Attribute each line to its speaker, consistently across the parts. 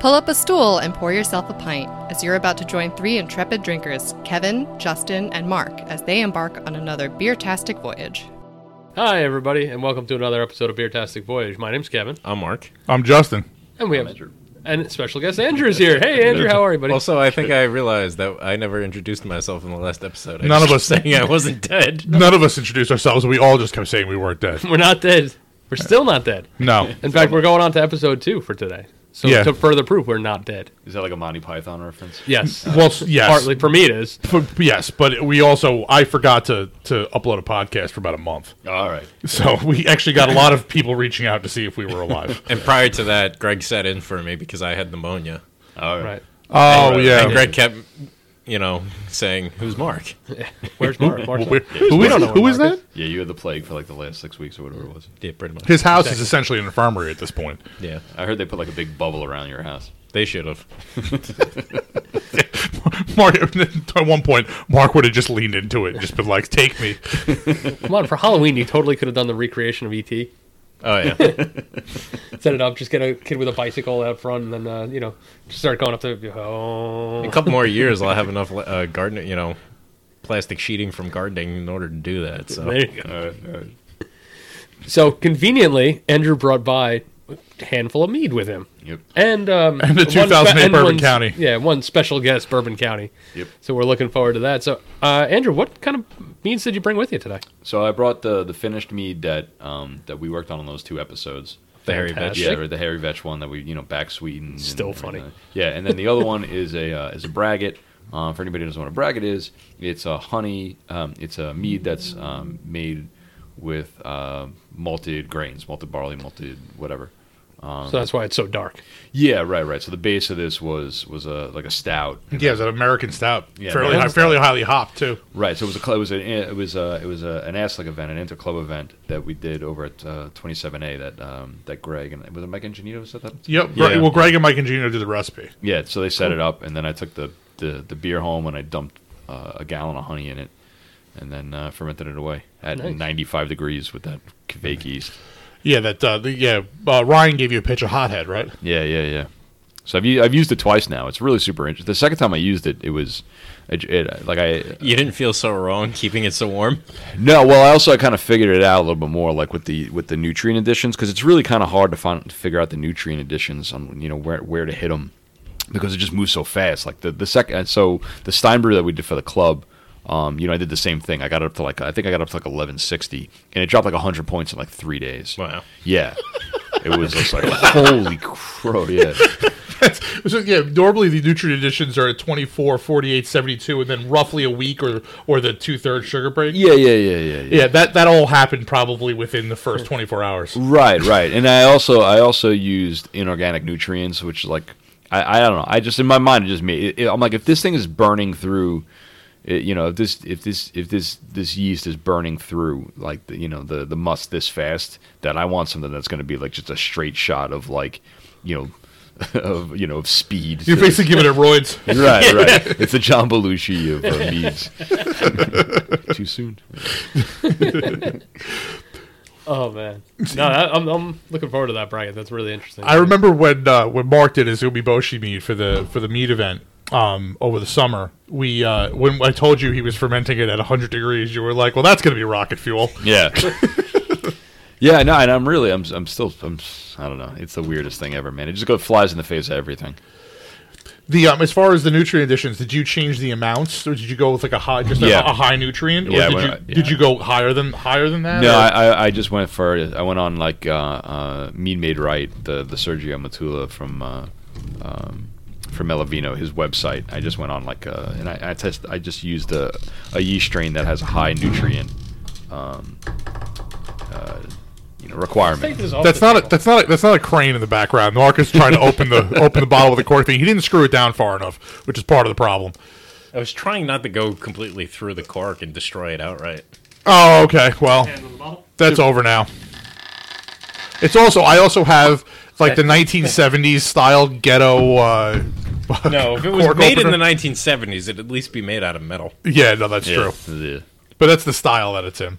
Speaker 1: Pull up a stool and pour yourself a pint as you're about to join three intrepid drinkers, Kevin, Justin, and Mark, as they embark on another beer-tastic voyage.
Speaker 2: Hi, everybody, and welcome to another episode of Beer Tastic Voyage. My name's Kevin,
Speaker 3: I'm Mark.
Speaker 4: I'm Justin.
Speaker 2: and we have and special guest Andrew's here. Hey, Andrew, how are you, buddy?
Speaker 3: Also, I think I realized that I never introduced myself in the last episode. I
Speaker 4: None of
Speaker 3: just
Speaker 4: us-
Speaker 3: kept saying I wasn't dead.
Speaker 4: None of us introduced ourselves. We all just kept saying we weren't dead.
Speaker 2: we're not dead. We're still not dead.
Speaker 4: No.
Speaker 2: In fact, we're going on to episode two for today. So
Speaker 4: Yeah.
Speaker 2: to further prove we're not dead.
Speaker 5: Is that like a Monty Python reference?
Speaker 2: Yes.
Speaker 4: Well, s- yes,
Speaker 2: Partly for me it is.
Speaker 4: F- yes, but we also I forgot to to upload a podcast for about a month,
Speaker 5: All right.
Speaker 4: so we actually got a lot of people reaching out to see if we were alive.
Speaker 3: And prior to that, Greg sat in for me because I had pneumonia.
Speaker 5: All right.
Speaker 2: Right.
Speaker 4: oh
Speaker 3: And
Speaker 4: yeah,
Speaker 3: Greg kept, you know, saying, "Who's Mark?"
Speaker 2: Where's Mark? Mark's
Speaker 4: Who-
Speaker 2: not-
Speaker 4: who is,
Speaker 2: don't know
Speaker 4: who
Speaker 2: where
Speaker 4: is
Speaker 2: Mark
Speaker 4: that?
Speaker 5: Yeah, you had the plague for like the last six weeks or whatever it was.
Speaker 3: Yeah, pretty much.
Speaker 4: His house is essentially an infirmary at this point.
Speaker 3: Yeah,
Speaker 5: I heard they put like a big bubble around your house.
Speaker 3: they should have.
Speaker 4: Mark, at one point, Mark would have just leaned into it, and just been like, "Take me."
Speaker 2: Come on, for Halloween you totally could have done the recreation of E.T.
Speaker 3: Oh yeah,
Speaker 2: Set it up, just get a kid with a bicycle out front and then uh, you know, just start going up to oh
Speaker 3: a couple more years, I'll have enough uh, garden, you know, plastic sheeting from gardening in order to do that. So
Speaker 2: there you go.
Speaker 5: All right. All right.
Speaker 2: So conveniently, Andrew brought by a handful of mead with him.
Speaker 5: Yep.
Speaker 2: and um,
Speaker 4: And the
Speaker 2: one
Speaker 4: 2008
Speaker 2: and
Speaker 4: Bourbon
Speaker 2: one-
Speaker 4: County.
Speaker 2: Yeah, one special guest, Bourbon County.
Speaker 5: Yep.
Speaker 2: So we're looking forward to that. So, uh, Andrew, what kind of means did you bring with you today?
Speaker 5: So I brought the the finished mead that um that we worked on in those two episodes.
Speaker 3: the hairy
Speaker 2: Fantastic.
Speaker 3: bitch.
Speaker 5: Yeah, or the Harry Vetch one that we you know back Sweden. and
Speaker 2: Still funny.
Speaker 5: everything. Yeah, and then the other one is a uh, is a braggot. Um, for anybody who doesn't know what a braggot is, it's a honey. Um, it's a mead that's um, made with uh, malted grains, malted barley, malted whatever.
Speaker 2: so that's why it's so dark.
Speaker 5: Yeah, right, right. So the base of this was was a like a stout,
Speaker 4: Yeah, it's an American stout,
Speaker 5: Yeah,
Speaker 4: fairly
Speaker 5: American
Speaker 4: high, fairly highly hopped too.
Speaker 5: right? So it was a cl- it was an it was a, it was a, an ASLIC event, an interclub event that we did over at uh, 27A that um, that Greg and was it Mike Ingenito said that?
Speaker 4: Yep.
Speaker 3: Yeah.
Speaker 4: Gre- Well, Greg and Mike and Gino did the recipe.
Speaker 5: Yeah, so they set it up, and then I took the the, the beer home and I dumped uh, a gallon of honey in it, and then uh, fermented it away at
Speaker 2: Nice.
Speaker 5: 95 degrees with that fake yeast.
Speaker 4: Yeah, that. Uh, the, yeah, uh, Ryan gave you a pitch of hothead, right?
Speaker 5: Yeah, yeah, yeah. So I've u- I've used it twice now. It's really super interesting. The second time I used it, it was it, it like I
Speaker 3: You didn't feel so wrong keeping it so warm.
Speaker 5: No, well, I also I kind of figured it out a little bit more, like with the with the nutrient additions, because it's really kind of hard to find to figure out the nutrient additions on you know where where to hit them, because it just moves so fast. Like the the second, so the Steinbrew that we did for the club, um, you know, I did the same thing. I got up to like I think I got up to like eleven sixty, and it dropped like hundred points in like three days.
Speaker 3: Wow.
Speaker 5: Yeah, it was just like holy crow, yeah.
Speaker 4: So, yeah, normally the nutrient additions are at 24, 48, 72, and then roughly a week or or the two thirds sugar break.
Speaker 5: yeah, yeah, yeah, yeah, yeah.
Speaker 4: Yeah, that, that all happened probably within the first 24 hours.
Speaker 5: Right, right. And I also I also used inorganic nutrients, which like I, I don't know. I just in my mind it just made it, it- I'm like if this thing is burning through, it, you know, if this if this if this this yeast is burning through like the, you know the the must this fast, then I want something that's going to be like just a straight shot of like you know. Of you know of speed,
Speaker 4: You're basically giving it roids.
Speaker 5: right, right. It's the John Belushi of uh, meads. Too soon.
Speaker 2: Oh man, no, I, I'm, I'm looking forward to that bracket. That's really interesting.
Speaker 4: I remember when uh, when Mark did his umiboshi mead for the for the meat event um, over the summer. We uh, when I told you he was fermenting it at 100 degrees, you were like, "Well, that's going to be rocket fuel."
Speaker 5: Yeah. yeah, no, and I'm really, I'm, I'm still, I'm, I don't know. It's the weirdest thing ever, man. It just goes flies in the face of everything.
Speaker 4: The um, as far as the nutrient additions, did you change the amounts, or did you go with like a high just
Speaker 5: Yeah.
Speaker 4: a, a high nutrient, or
Speaker 5: Yeah,
Speaker 4: did
Speaker 5: when
Speaker 4: you
Speaker 5: I-
Speaker 4: did
Speaker 5: yeah.
Speaker 4: you go higher than higher than that?
Speaker 5: No,
Speaker 4: or-
Speaker 5: I, I, I just went for, I went on like uh, uh, Mean Made Right, the the Sergio Matula from. Uh, um, from Melavino, his website. I just went on like, uh, and I, I test. I just used a, a yeast strain that has a high nutrient, um, uh, you know,
Speaker 2: Take
Speaker 5: requirement.
Speaker 2: this off
Speaker 4: That's
Speaker 2: the
Speaker 4: not a
Speaker 2: table.
Speaker 4: that's not a, that's not a crane in the background. Mark is trying to open the open the bottle with a cork thing. He didn't screw it down far enough, which is part of the problem.
Speaker 3: I was trying not to go completely through the cork and destroy it outright.
Speaker 4: Oh, okay. Well, that's over now. It's also I also have like the 1970s style ghetto. Uh,
Speaker 3: No, if it was
Speaker 4: cork
Speaker 3: made in
Speaker 4: opener.
Speaker 3: the 1970s, it'd at least be made out of metal.
Speaker 4: yeah, no, that's
Speaker 5: Yeah.
Speaker 4: true.
Speaker 5: Yeah.
Speaker 4: But that's the style that it's in.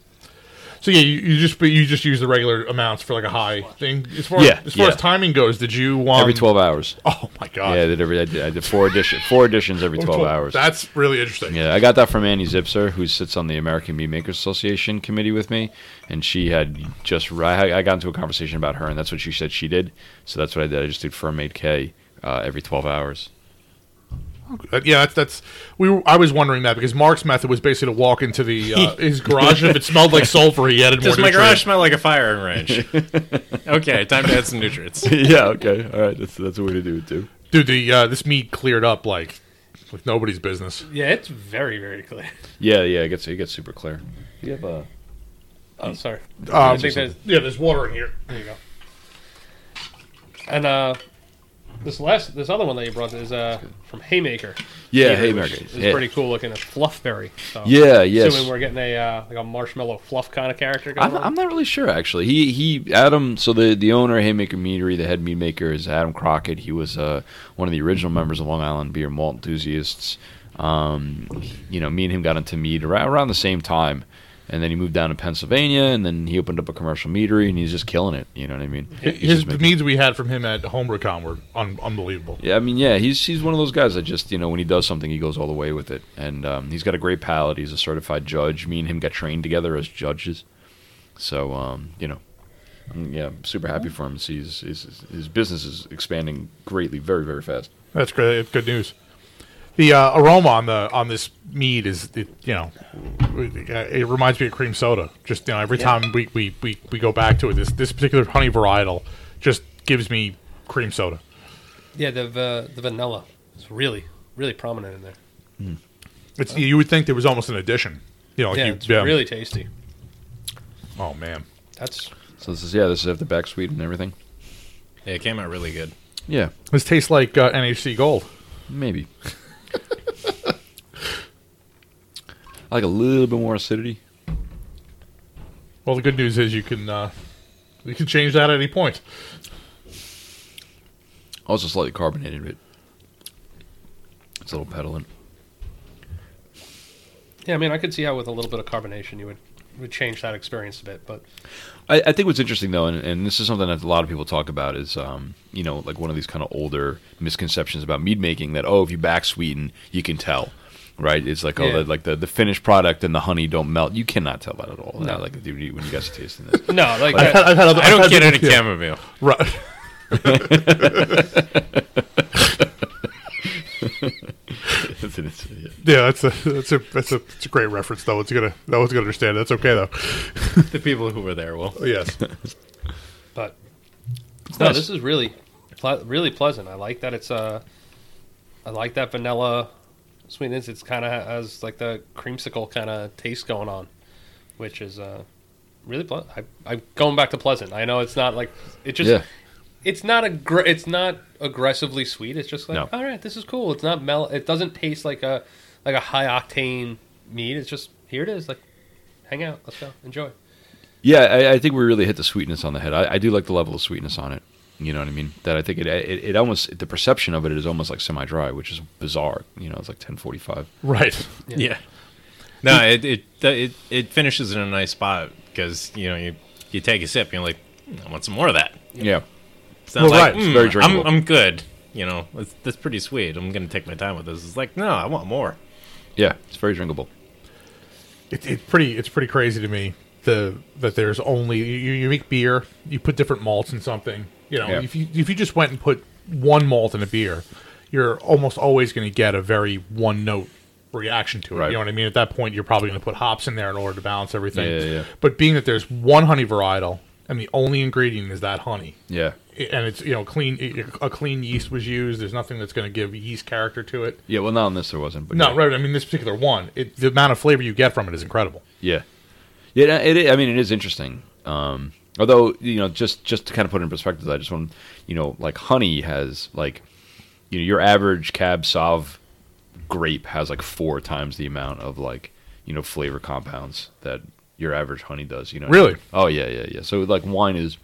Speaker 4: So yeah, you, you just but you just use the regular amounts for like a high thing. As far
Speaker 5: Yeah,
Speaker 4: as, as far
Speaker 5: yeah.
Speaker 4: as timing goes, did you want
Speaker 5: every 12 hours.
Speaker 4: Oh my god,
Speaker 5: Yeah, I did every I did, I did four edition four editions every
Speaker 4: Over
Speaker 5: 12 hours.
Speaker 4: That's really interesting.
Speaker 5: Yeah, I got that from Annie Zipser, who sits on the American Meat Makers Association committee with me, and she had just I I got into a conversation about her, and that's what she said she did. So that's what I did. I just did firm 8K uh, every 12 hours.
Speaker 4: That- Uh, yeah, that's that's we. Were, I was wondering that because Mark's method was basically to walk into the uh, his garage and if it smelled like sulfur, he added more.
Speaker 3: Does my garage
Speaker 4: nutrients.
Speaker 3: smell like a firing range? okay, time to add some nutrients.
Speaker 5: yeah. Okay. All right. That's that's a way to do it too.
Speaker 4: dude. The uh, this meat cleared up like like nobody's business.
Speaker 2: Yeah, it's very, very clear.
Speaker 5: Yeah. Yeah. It gets it gets super clear. You have a
Speaker 2: Oh, sorry. I
Speaker 4: Um,
Speaker 2: think there's,
Speaker 4: yeah, there's water in here.
Speaker 2: there you go. And uh, this last, this other one that you brought is uh from Haymaker.
Speaker 5: yeah.
Speaker 2: Haymaker,
Speaker 5: Hey,
Speaker 2: which
Speaker 5: Margaret.
Speaker 2: is
Speaker 5: Yeah.
Speaker 2: pretty cool looking. It's fluffberry. So
Speaker 5: Yeah. Yes.
Speaker 2: Assuming we're getting a uh, like a marshmallow fluff kind of character. Going
Speaker 5: I'm,
Speaker 2: on.
Speaker 5: I'm not really sure actually. He he Adam so the the owner of Haymaker Meadery, the head meat maker is Adam Crockett. He was uh, one of the original members of Long Island beer and malt enthusiasts. Um, you know, me and him got into mead around, around the same time. And then he moved down to Pennsylvania, and then he opened up a commercial meadery, and he's just killing it. You know what I mean? He's
Speaker 4: His
Speaker 5: just
Speaker 4: the
Speaker 5: making-
Speaker 4: meads we had from him at HomebrewCon were un- unbelievable.
Speaker 5: yeah, I mean, yeah, he's he's one of those guys that just you know when he does something, he goes all the way with it, and um, he's got a great palate. He's a certified judge. Me and him got trained together as judges, so um, you know, I'm, yeah, I'm super happy for him. to see His, his his business is expanding greatly, very very fast.
Speaker 4: That's great. That's good news. The uh, aroma on the on this mead is, it, you know, it, it reminds me of cream soda. Just you know, every time we, we, we, we go back to it, this this particular honey varietal just gives me cream soda.
Speaker 2: Yeah, the va- the vanilla is really really prominent in there.
Speaker 4: It's you would think there was almost an addition. You know, like
Speaker 2: Uh-huh. yeah,
Speaker 4: you,
Speaker 2: it's really tasty.
Speaker 4: Oh man,
Speaker 2: That's
Speaker 5: So this is yeah, this is after back sweet and everything.
Speaker 3: Yeah, it came out really good.
Speaker 5: Yeah,
Speaker 4: this tastes like uh, NHC Gold.
Speaker 5: maybe. I like a little bit more acidity.
Speaker 4: Well, the good news is you can uh, you can change that at any point.
Speaker 5: Also slightly carbonated, but it's a little petulant.
Speaker 2: yeah. I mean, I could see how with a little bit of carbonation you would would change that experience a bit, but
Speaker 5: I, I think what's interesting though, and, and this is something that a lot of people talk about, is um, you know like one of these kind of older misconceptions about mead making that oh if you back sweeten you can tell, right? It's like oh
Speaker 2: Yeah.
Speaker 5: the, like the, the finished product and the honey don't melt. You cannot tell that at all.
Speaker 2: No.
Speaker 5: Now, like when you when you guys are tasting this,
Speaker 2: no, like
Speaker 5: Like-
Speaker 2: that-
Speaker 4: I've had other-
Speaker 3: I
Speaker 4: I've
Speaker 3: don't
Speaker 4: had
Speaker 3: get
Speaker 4: the-
Speaker 3: any
Speaker 4: yeah.
Speaker 3: chamomile.
Speaker 4: Right.
Speaker 5: It's an- it's- yeah.
Speaker 4: Yeah, that's a that's a that's a, that's a great reference though. It's gonna no one's gonna understand. That's okay though.
Speaker 3: The people who were there will.
Speaker 4: Yes.
Speaker 2: but no, this is really ple- really pleasant. I like that it's uh, I like that vanilla sweetness. It's kind of has like the creamsicle kind of taste going on, which is uh, really ple- I, I'm going back to pleasant. I know it's not like it just
Speaker 5: Yeah.
Speaker 2: it's not aggr- it's not aggressively sweet. It's just like
Speaker 5: No.
Speaker 2: all right, this is cool. It's not mel. It doesn't taste like a like a high octane meat. It's just here it is. Like hang out, let's go, enjoy.
Speaker 5: Yeah, I, I think we really hit the sweetness on the head. I, I do like the level of sweetness on it. You know what I mean? That I think it, it it almost the perception of it is almost like semi dry, which is bizarre. You know, it's like ten forty five.
Speaker 4: right.
Speaker 2: Yeah.
Speaker 3: Yeah. No, it, it it it finishes in a nice spot because you know you you take a sip, you're like, I want some more of that.
Speaker 5: Yeah.
Speaker 3: It's not
Speaker 4: Well,
Speaker 3: like
Speaker 4: right.
Speaker 3: "Mm,
Speaker 5: It's very
Speaker 3: I'm
Speaker 5: drinkable."
Speaker 3: I'm good. You know, it's, that's pretty sweet. I'm gonna take my time with this. It's like, no, I want more.
Speaker 5: Yeah, it's very drinkable.
Speaker 4: It, it pretty it's pretty crazy to me the that there's only you, you make beer, you put different malts in something. You know,
Speaker 5: Yeah.
Speaker 4: if you if you just went and put one malt in a beer, you're almost always going to get a very one note reaction to it.
Speaker 5: Right.
Speaker 4: You know what I mean? At that point, you're probably going to put hops in there in order to balance everything.
Speaker 5: Yeah, yeah, yeah.
Speaker 4: But being that there's one honey varietal and the only ingredient is that honey,
Speaker 5: Yeah.
Speaker 4: and it's you know clean a clean yeast was used. There's nothing that's going to give yeast character to it.
Speaker 5: Yeah, well, not on this there wasn't. But
Speaker 4: No,
Speaker 5: yeah.
Speaker 4: right. I mean, this particular one, it, the amount of flavor you get from it is incredible.
Speaker 5: Yeah, yeah. It, it, I mean, it is interesting. Um, although you know, just just to kind of put it in perspective, I just want you know, like honey has like you know your average cab sauv grape has like four times the amount of like you know flavor compounds that your average honey does. You know,
Speaker 4: Really?
Speaker 5: Oh yeah, yeah, yeah. So like wine is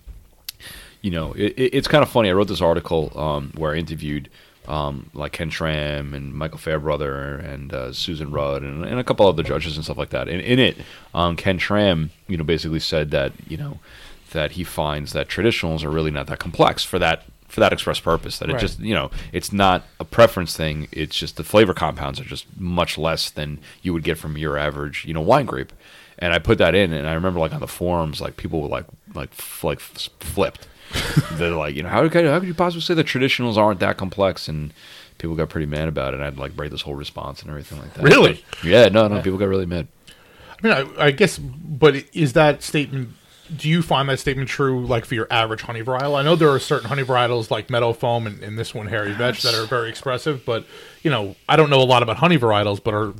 Speaker 5: you know, it, it- it's kind of funny. I wrote this article um, where I interviewed um, like Ken Tram and Michael Fairbrother and uh, Susan Rudd and, and a couple other judges and stuff like that. In, in it, um, Ken Tram, you know, basically said that you know that he finds that traditionals are really not that complex for that for that express purpose. That it
Speaker 4: Right.
Speaker 5: just you know it's not a preference thing. It's just the flavor compounds are just much less than you would get from your average you know wine grape. And I put that in, and I remember like on the forums, like people were like like f- like f- flipped. They're like, you know, how could how could you possibly say the traditionals aren't that complex? And people got pretty mad about it. And I'd like write this whole response and everything like that.
Speaker 4: Really?
Speaker 5: Yeah, no, no, people got really mad.
Speaker 4: I mean, I, I guess, but is that statement? Do you find that statement true, like for your average honey varietal? I know there are certain honey varietals like Meadow Foam and, and this one Hairy Vetch that are very expressive, but you know, I don't know a lot about honey varietals, but are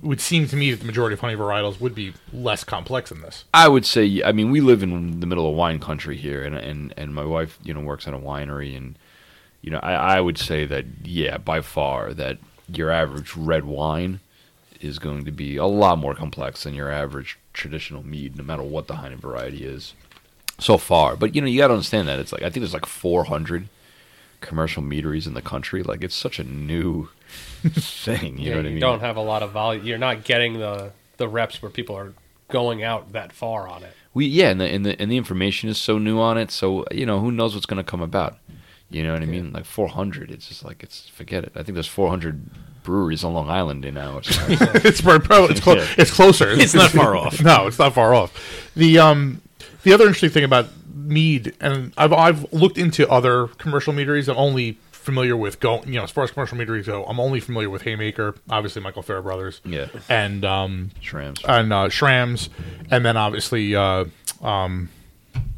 Speaker 4: would seem to me that the majority of honey varietals would be less complex than this.
Speaker 5: I would say, I mean, we live in the middle of wine country here, and and and my wife, you know, works at a winery, and you know, I, I would say that yeah, by far that your average red wine is going to be a lot more complex than your average traditional mead, no matter what the Heinen variety is, so far. But you know, you got to understand that it's like I think there's like 400 commercial meaderies in the country. Like it's such a new thing. You
Speaker 2: yeah,
Speaker 5: know what I
Speaker 2: you
Speaker 5: mean?
Speaker 2: don't have a lot of volume. You're not getting the the reps where people are going out that far on it.
Speaker 5: we yeah and the, and the and the information is so new on it so you know who knows what's going to come about you know what i mean like 400 it's just like it's forget it i think there's 400 breweries on long island in now or something.
Speaker 4: it's very pro. It's close.
Speaker 5: Yeah.
Speaker 4: It's closer.
Speaker 3: It's not far off.
Speaker 4: No, it's not far off. The um, the other interesting thing about mead, and I've I've looked into other commercial meaderies. I'm only familiar with go. You know, as far as commercial meaderies go, I'm only familiar with Haymaker, obviously Michael Fairbrother's,
Speaker 5: Yeah.
Speaker 4: and um,
Speaker 5: Shrams,
Speaker 4: and uh, Shram's, and then obviously uh,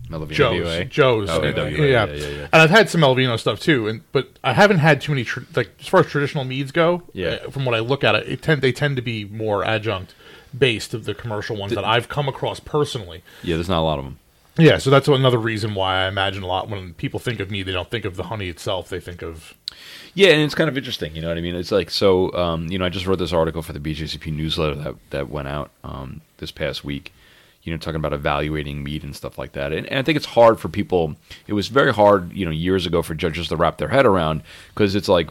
Speaker 5: Melvin,
Speaker 4: Joe's. Joe's.
Speaker 5: Oh,
Speaker 4: yeah,
Speaker 5: NWA,
Speaker 4: yeah.
Speaker 5: yeah, yeah, yeah.
Speaker 4: And I've had some Elvino stuff too, and but I haven't had too many tr- like as far as traditional meads go.
Speaker 5: Yeah.
Speaker 4: uh, From what I look at it, it tend they tend to be more adjunct based of the commercial ones that I've come across personally.
Speaker 5: yeah there's not a lot of them
Speaker 4: Yeah, so that's another reason why I imagine a lot when people think of mead, they don't think of the honey itself. They think of
Speaker 5: Yeah, and it's kind of interesting. You know what I mean? It's like so. Um, you know, I just wrote this article for the BJCP newsletter that that went out um, this past week. You know, talking about evaluating meat and stuff like that. And, and I think it's hard for people. It was very hard, you know, years ago for judges to wrap their head around because it's like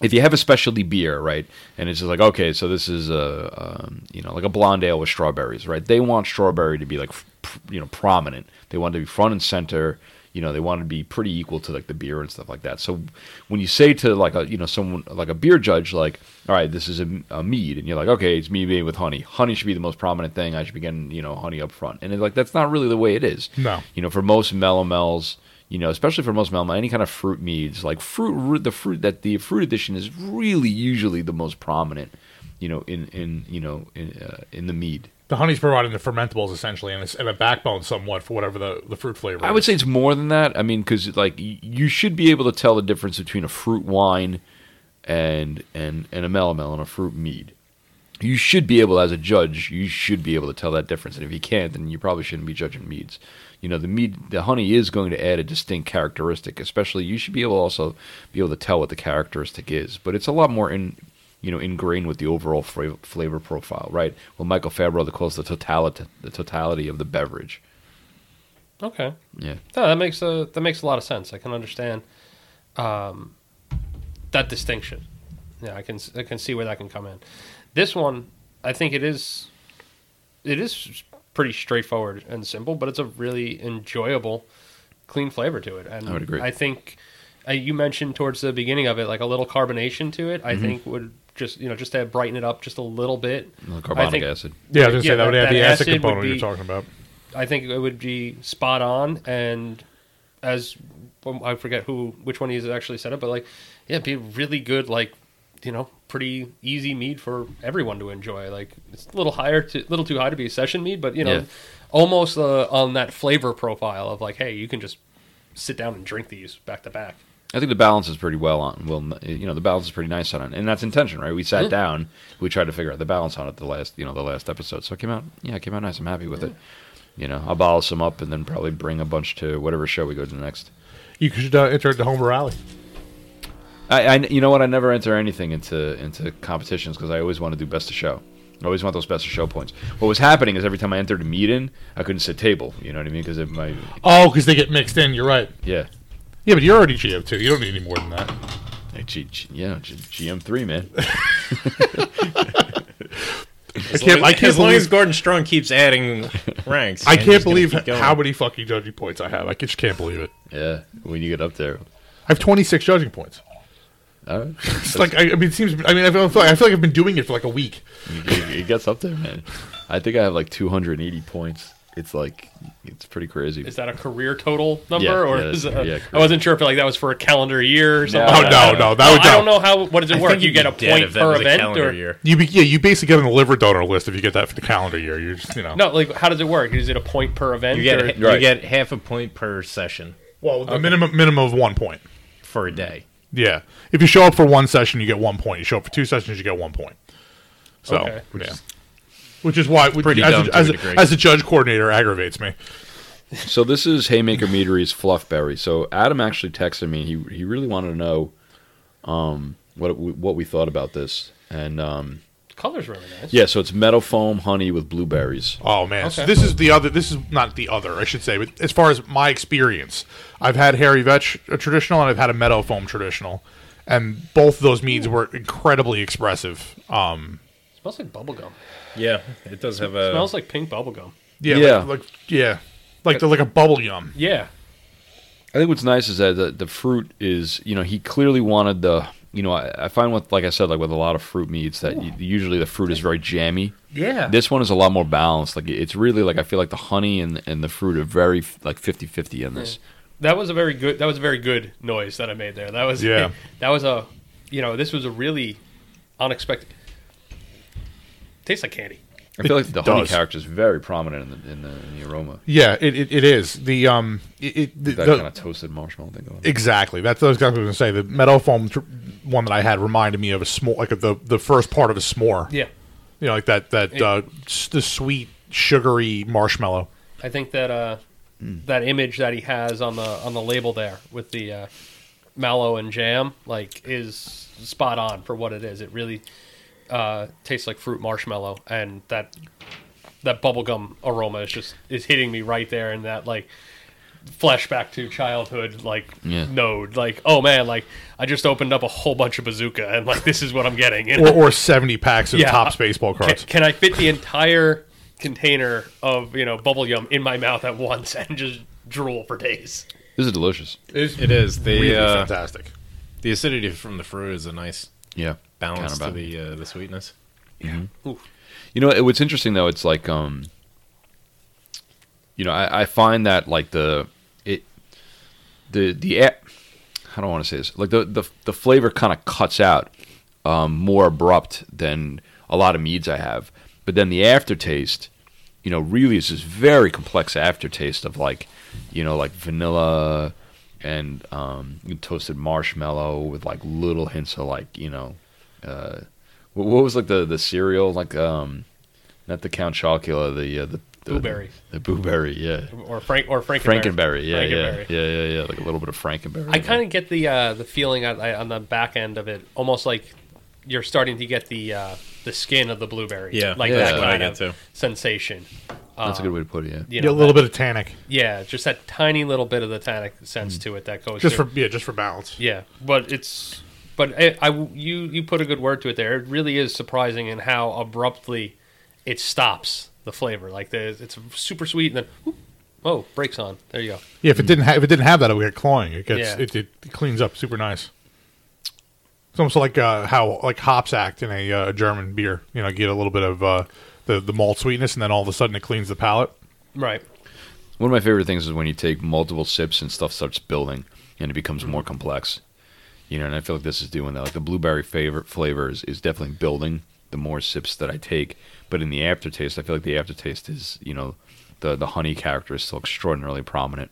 Speaker 5: if you have a specialty beer, right, and it's just like okay, so this is a um, you know like a blonde ale with strawberries, right? They want strawberry to be like f- pr- you know prominent. They want it to be front and center. You know, they want it to be pretty equal to like the beer and stuff like that. So when you say to like a you know someone like a beer judge, like all right, this is a, a mead, and you're like okay, it's mead made with honey. Honey should be the most prominent thing. I should be getting you know honey up front, and it's like that's not really the way it is.
Speaker 4: No.
Speaker 5: You know, for most melomels, you know, especially for most melomel, any kind of fruit meads, like fruit, root, the fruit that the fruit addition is really usually the most prominent, you know, in in you know in uh, in the mead.
Speaker 4: the honey's providing the fermentables essentially, and, it's, and a backbone somewhat for whatever the, the fruit flavor.
Speaker 5: I would
Speaker 4: is.
Speaker 5: say it's more than that. I mean, because like y- you should be able to tell the difference between a fruit wine and and and a melomel and a fruit mead. You should be able, as a judge, you should be able to tell that difference. And if you can't, then you probably shouldn't be judging meads. You know, the mead, the honey is going to add a distinct characteristic. Especially, you should be able to also be able to tell what the characteristic is. But it's a lot more in, you know, ingrained with the overall flavor, flavor profile, right? What Michael Fairbrother calls the totality, the totality of the beverage.
Speaker 2: Okay.
Speaker 5: Yeah.
Speaker 2: No, that makes a that makes a lot of sense. I can understand um, that distinction. Yeah, I can s- I can see where that can come in. This one, I think it is it is pretty straightforward and simple, but it's a really enjoyable, clean flavor to it. And
Speaker 5: I would agree.
Speaker 2: I think uh, you mentioned towards the beginning of it, like a little carbonation to it. I
Speaker 5: Mm-hmm.
Speaker 2: think would just you know just to brighten it up just a little bit.
Speaker 5: Well,
Speaker 2: I
Speaker 5: Carbonic
Speaker 2: think-
Speaker 5: acid.
Speaker 4: yeah, I was gonna
Speaker 2: yeah,
Speaker 4: say that would
Speaker 2: that-
Speaker 4: add the
Speaker 2: that
Speaker 4: acid,
Speaker 2: acid would
Speaker 4: component you're
Speaker 2: be-
Speaker 4: talking about.
Speaker 2: I think it would be spot on. And as um, I forget who which one he's actually set up, but like, yeah, it'd be a really good, like, you know, pretty easy mead for everyone to enjoy. Like, it's a little higher, to, little too high to be a session mead, but you know,
Speaker 5: Yeah.
Speaker 2: almost uh, on that flavor profile of like, hey, you can just sit down and drink these back to back.
Speaker 5: I think the balance is pretty well on. Well, you know, the balance is pretty nice on it, and that's intention, right? We sat down, we tried to figure out the balance on it the last, you know, the last episode. So it came out, yeah, it came out nice. I'm happy with it. You know, I'll bottle some up and then probably bring a bunch to whatever show we go to next.
Speaker 4: You should uh, enter the homebrew alley.
Speaker 5: I, I you know what? I never enter anything into into competitions because I always want to do best of show. I always want those best of show points. What was happening is every time I entered a meeting, I couldn't sit table. You know what I mean? Because if my
Speaker 4: Oh, because they get mixed in. You're right.
Speaker 5: yeah,
Speaker 4: Yeah, but you're already GO2. You don't need any more than that.
Speaker 5: I Like, G, G, yeah, G, GM3, man.
Speaker 3: As
Speaker 4: I can't-
Speaker 3: long,
Speaker 4: I
Speaker 3: as,
Speaker 4: can't
Speaker 3: long
Speaker 4: believe-
Speaker 3: as Gordon Strong keeps adding ranks,
Speaker 4: I
Speaker 3: man, he's
Speaker 4: can't
Speaker 3: gonna
Speaker 4: believe
Speaker 3: keep going.
Speaker 4: how many fucking judging points I have. I just can't believe it.
Speaker 5: yeah, when you get up there.
Speaker 4: I have 26 judging points.
Speaker 5: All right.
Speaker 4: It's like I, I mean, it seems. I mean, I feel, I feel like, I feel like I've been doing it for like a week.
Speaker 5: it, it gets up there, man. I think I have like 280 points. It's like it's pretty crazy.
Speaker 2: Is that a career total number,
Speaker 5: Yeah,
Speaker 2: or
Speaker 5: yeah,
Speaker 2: is
Speaker 5: that's-
Speaker 2: that,
Speaker 5: yeah,
Speaker 2: I wasn't sure if like that was for a calendar year or something.
Speaker 4: Oh
Speaker 2: like
Speaker 4: no, no, that
Speaker 2: No,
Speaker 4: would
Speaker 2: I don't know how. What does
Speaker 3: I
Speaker 2: it
Speaker 3: think
Speaker 2: work?
Speaker 3: you'd
Speaker 2: You get
Speaker 3: be
Speaker 2: a
Speaker 3: dead
Speaker 2: point
Speaker 3: if that
Speaker 2: per
Speaker 3: was a
Speaker 2: event,
Speaker 3: calendar
Speaker 2: or
Speaker 3: year.
Speaker 4: You be, yeah, you basically get on the liver donor list if you get that for the calendar year. You're just you know.
Speaker 2: no? Like, how does it work? Is it a point per event?
Speaker 3: You get
Speaker 2: or-
Speaker 3: you
Speaker 5: Right.
Speaker 3: get half a point per session
Speaker 4: Well, the minimum minimum of one point.
Speaker 3: for a day.
Speaker 4: Yeah. If you show up for one session, you get one point. You show up for two sessions, you get one point. So,
Speaker 2: Okay.
Speaker 4: which yeah. Is, which is why, which,
Speaker 3: Pretty
Speaker 4: as,
Speaker 3: dumb
Speaker 4: a,
Speaker 3: to
Speaker 4: as,
Speaker 3: a
Speaker 4: a,
Speaker 3: degree.
Speaker 4: as a judge coordinator, aggravates me.
Speaker 5: So this is Haymaker Meadery's Fluffberry. So Adam actually texted me. He he really wanted to know um, what what we thought about this. And um,
Speaker 2: The colors really nice.
Speaker 5: yeah, so it's metal foam honey with blueberries.
Speaker 4: Oh man, so
Speaker 2: Okay.
Speaker 4: this is the other. This is not the other, I should say. But as far as my experience, I've had Harry Vetch a traditional, and I've had a Meadow Foam traditional, and both of those meads were incredibly expressive. Um,
Speaker 2: smells like bubble gum.
Speaker 3: Yeah, it does have a
Speaker 2: smells like pink bubble gum.
Speaker 4: yeah,
Speaker 5: Yeah.
Speaker 4: Like, like yeah, like the, like a bubble yum.
Speaker 2: Yeah,
Speaker 5: I think what's nice is that the, the fruit is, you know, he clearly wanted the, you know, I, I find with, like I said, like with a lot of fruit meats that y usually the fruit is very jammy.
Speaker 2: Yeah.
Speaker 5: This one is a lot more balanced. Like it's really like, I feel like the honey and, and the fruit are very like 50 50 in
Speaker 3: Mm.
Speaker 5: this.
Speaker 2: that was a very good. That was a very good noise that I made there. That was
Speaker 4: Yeah.
Speaker 2: that was a, you know, this was a really unexpected. Tastes like candy.
Speaker 5: I feel
Speaker 4: It
Speaker 5: like the honey
Speaker 4: does.
Speaker 5: character is very prominent in the, in the, in the aroma.
Speaker 4: Yeah, it, it, it is the um it, it, the,
Speaker 5: That
Speaker 4: the-
Speaker 5: kind of toasted marshmallow thing going on.
Speaker 4: Exactly. That's that's exactly what I was going to say. The meadow foam tr- one that I had reminded me of a s'more, like the the first part of a s'more.
Speaker 2: Yeah,
Speaker 4: You know, like that that uh, s- the sweet sugary marshmallow.
Speaker 2: I think that uh, that image that he has on the on the label there with the uh, mallow and jam like is spot on for what it is. It really uh, tastes like fruit marshmallow, and that that bubblegum aroma is just is hitting me right there, and that like flashback to childhood like
Speaker 5: Yeah.
Speaker 2: node like oh man like i just opened up a whole bunch of bazooka and like this is what i'm getting you know?
Speaker 4: Or, or 70 packs of
Speaker 2: Yeah.
Speaker 4: tops baseball
Speaker 2: can,
Speaker 4: cards.
Speaker 2: can I fit the entire container of you know bubble yum in my mouth at once and just drool for days?
Speaker 5: This is delicious.
Speaker 3: It is the
Speaker 4: really
Speaker 3: uh,
Speaker 4: fantastic.
Speaker 3: the acidity from the fruit is a nice
Speaker 5: Yeah.
Speaker 3: balance to
Speaker 5: Counterbalance.
Speaker 3: the uh, the sweetness.
Speaker 5: You know, it- what's interesting though, it's like, um, you know, I, I find that like the it the the a- I don't want to say this like the the, the flavor kind of cuts out um, more abrupt than a lot of meads I have, but then the aftertaste, you know, really is this very complex aftertaste of like, you know, like vanilla and um, toasted marshmallow with like little hints of like you know. Uh, what, what was like the the cereal like um not the count chocula the uh, the, the
Speaker 2: Blueberry.
Speaker 5: the, blueberry yeah
Speaker 2: Or Frank or Frankenberry.
Speaker 5: frankenberry yeah
Speaker 2: Frankenberry.
Speaker 5: yeah yeah yeah yeah like a little bit of frankenberry
Speaker 2: I kind of get the uh, the feeling on, I- on the back end of it, almost like you're starting to get the uh, the skin of the blueberry.
Speaker 3: Yeah,
Speaker 2: like
Speaker 5: that's
Speaker 2: that
Speaker 5: what
Speaker 3: I
Speaker 2: kind
Speaker 3: get
Speaker 2: of
Speaker 3: too.
Speaker 2: sensation.
Speaker 5: that's a good way to put it yeah,
Speaker 2: You
Speaker 4: Yeah,
Speaker 2: know,
Speaker 4: a little
Speaker 2: that-
Speaker 4: bit of tannic.
Speaker 2: yeah, just that tiny little bit of the tannic sense to it that goes
Speaker 4: Mm. Just
Speaker 2: through.
Speaker 4: for yeah, just for balance.
Speaker 2: Yeah, but it's but I, I you you put a good word to it there. It really is surprising in how abruptly it stops the flavor. Like the, it's super sweet and then whoop, oh brakes on. There you go.
Speaker 4: Yeah, if it didn't have if it didn't have that, it would get cloying. It gets
Speaker 2: Yeah.
Speaker 4: it, it, cleans up super nice. It's almost like uh, how like hops act in a uh, German beer. You know, you get a little bit of uh, the the malt sweetness, and then all of a sudden it cleans the palate.
Speaker 2: Right.
Speaker 5: one of my favorite things is when you take multiple sips and stuff starts building and it becomes more complex you know and i feel like this is doing that like the blueberry favorite flavor is, is definitely building the more sips that i take but in the aftertaste i feel like the aftertaste is you know the the honey character is still extraordinarily prominent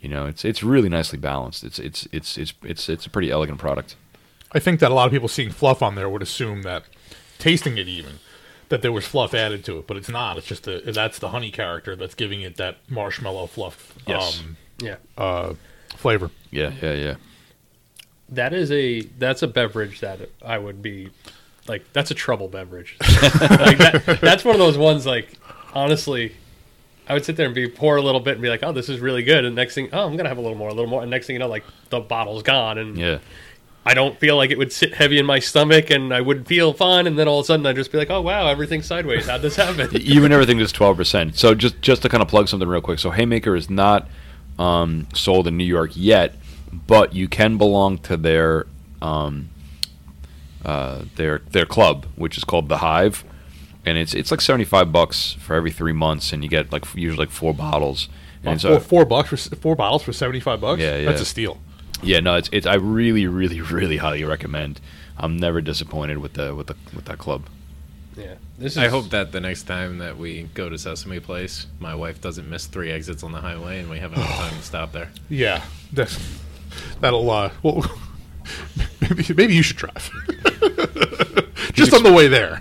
Speaker 5: you know it's it's really nicely balanced it's it's it's it's it's, it's a pretty elegant product
Speaker 4: I think that a lot of people seeing fluff on there would assume that tasting it even that there was fluff added to it, but it's not. It's just the that's the honey character that's giving it that marshmallow fluff
Speaker 5: Yes.
Speaker 4: um,
Speaker 2: Yeah.
Speaker 4: flavor.
Speaker 5: yeah yeah yeah
Speaker 2: That is a that's a beverage that I would be like that's a trouble beverage. like that, that's one of those ones like honestly I would sit there and be pour a little bit and be like, "Oh, this is really good." And next thing, "Oh, I'm going to have a little more, a little more." And next thing you know, like the bottle's gone and
Speaker 5: yeah
Speaker 2: I don't feel like it would sit heavy in my stomach and I wouldn't feel fun. And then all of a sudden I'd just be like, oh, wow, everything's sideways. How'd this happen?
Speaker 5: you would never think this twelve percent. So just just to kind of plug something real quick. So Haymaker is not um, sold in New York yet, but you can belong to their um, uh, their their club, which is called the Hive, and it's it's like seventy five bucks for every three months, and you get like f- usually like four bottles. And
Speaker 4: four,
Speaker 5: so
Speaker 4: four bucks for s- four bottles for seventy five bucks.
Speaker 5: Yeah, yeah.
Speaker 4: That's a steal.
Speaker 5: yeah, no, it's it's I really really really highly recommend. I'm never disappointed with the with the with that club.
Speaker 2: yeah. This is,
Speaker 3: I hope that the next time that we go to Sesame Place, my wife doesn't miss three exits on the highway, and we have enough time to stop there.
Speaker 4: Yeah, that's, that'll. Uh, well, maybe maybe you should drive. Just on the way there.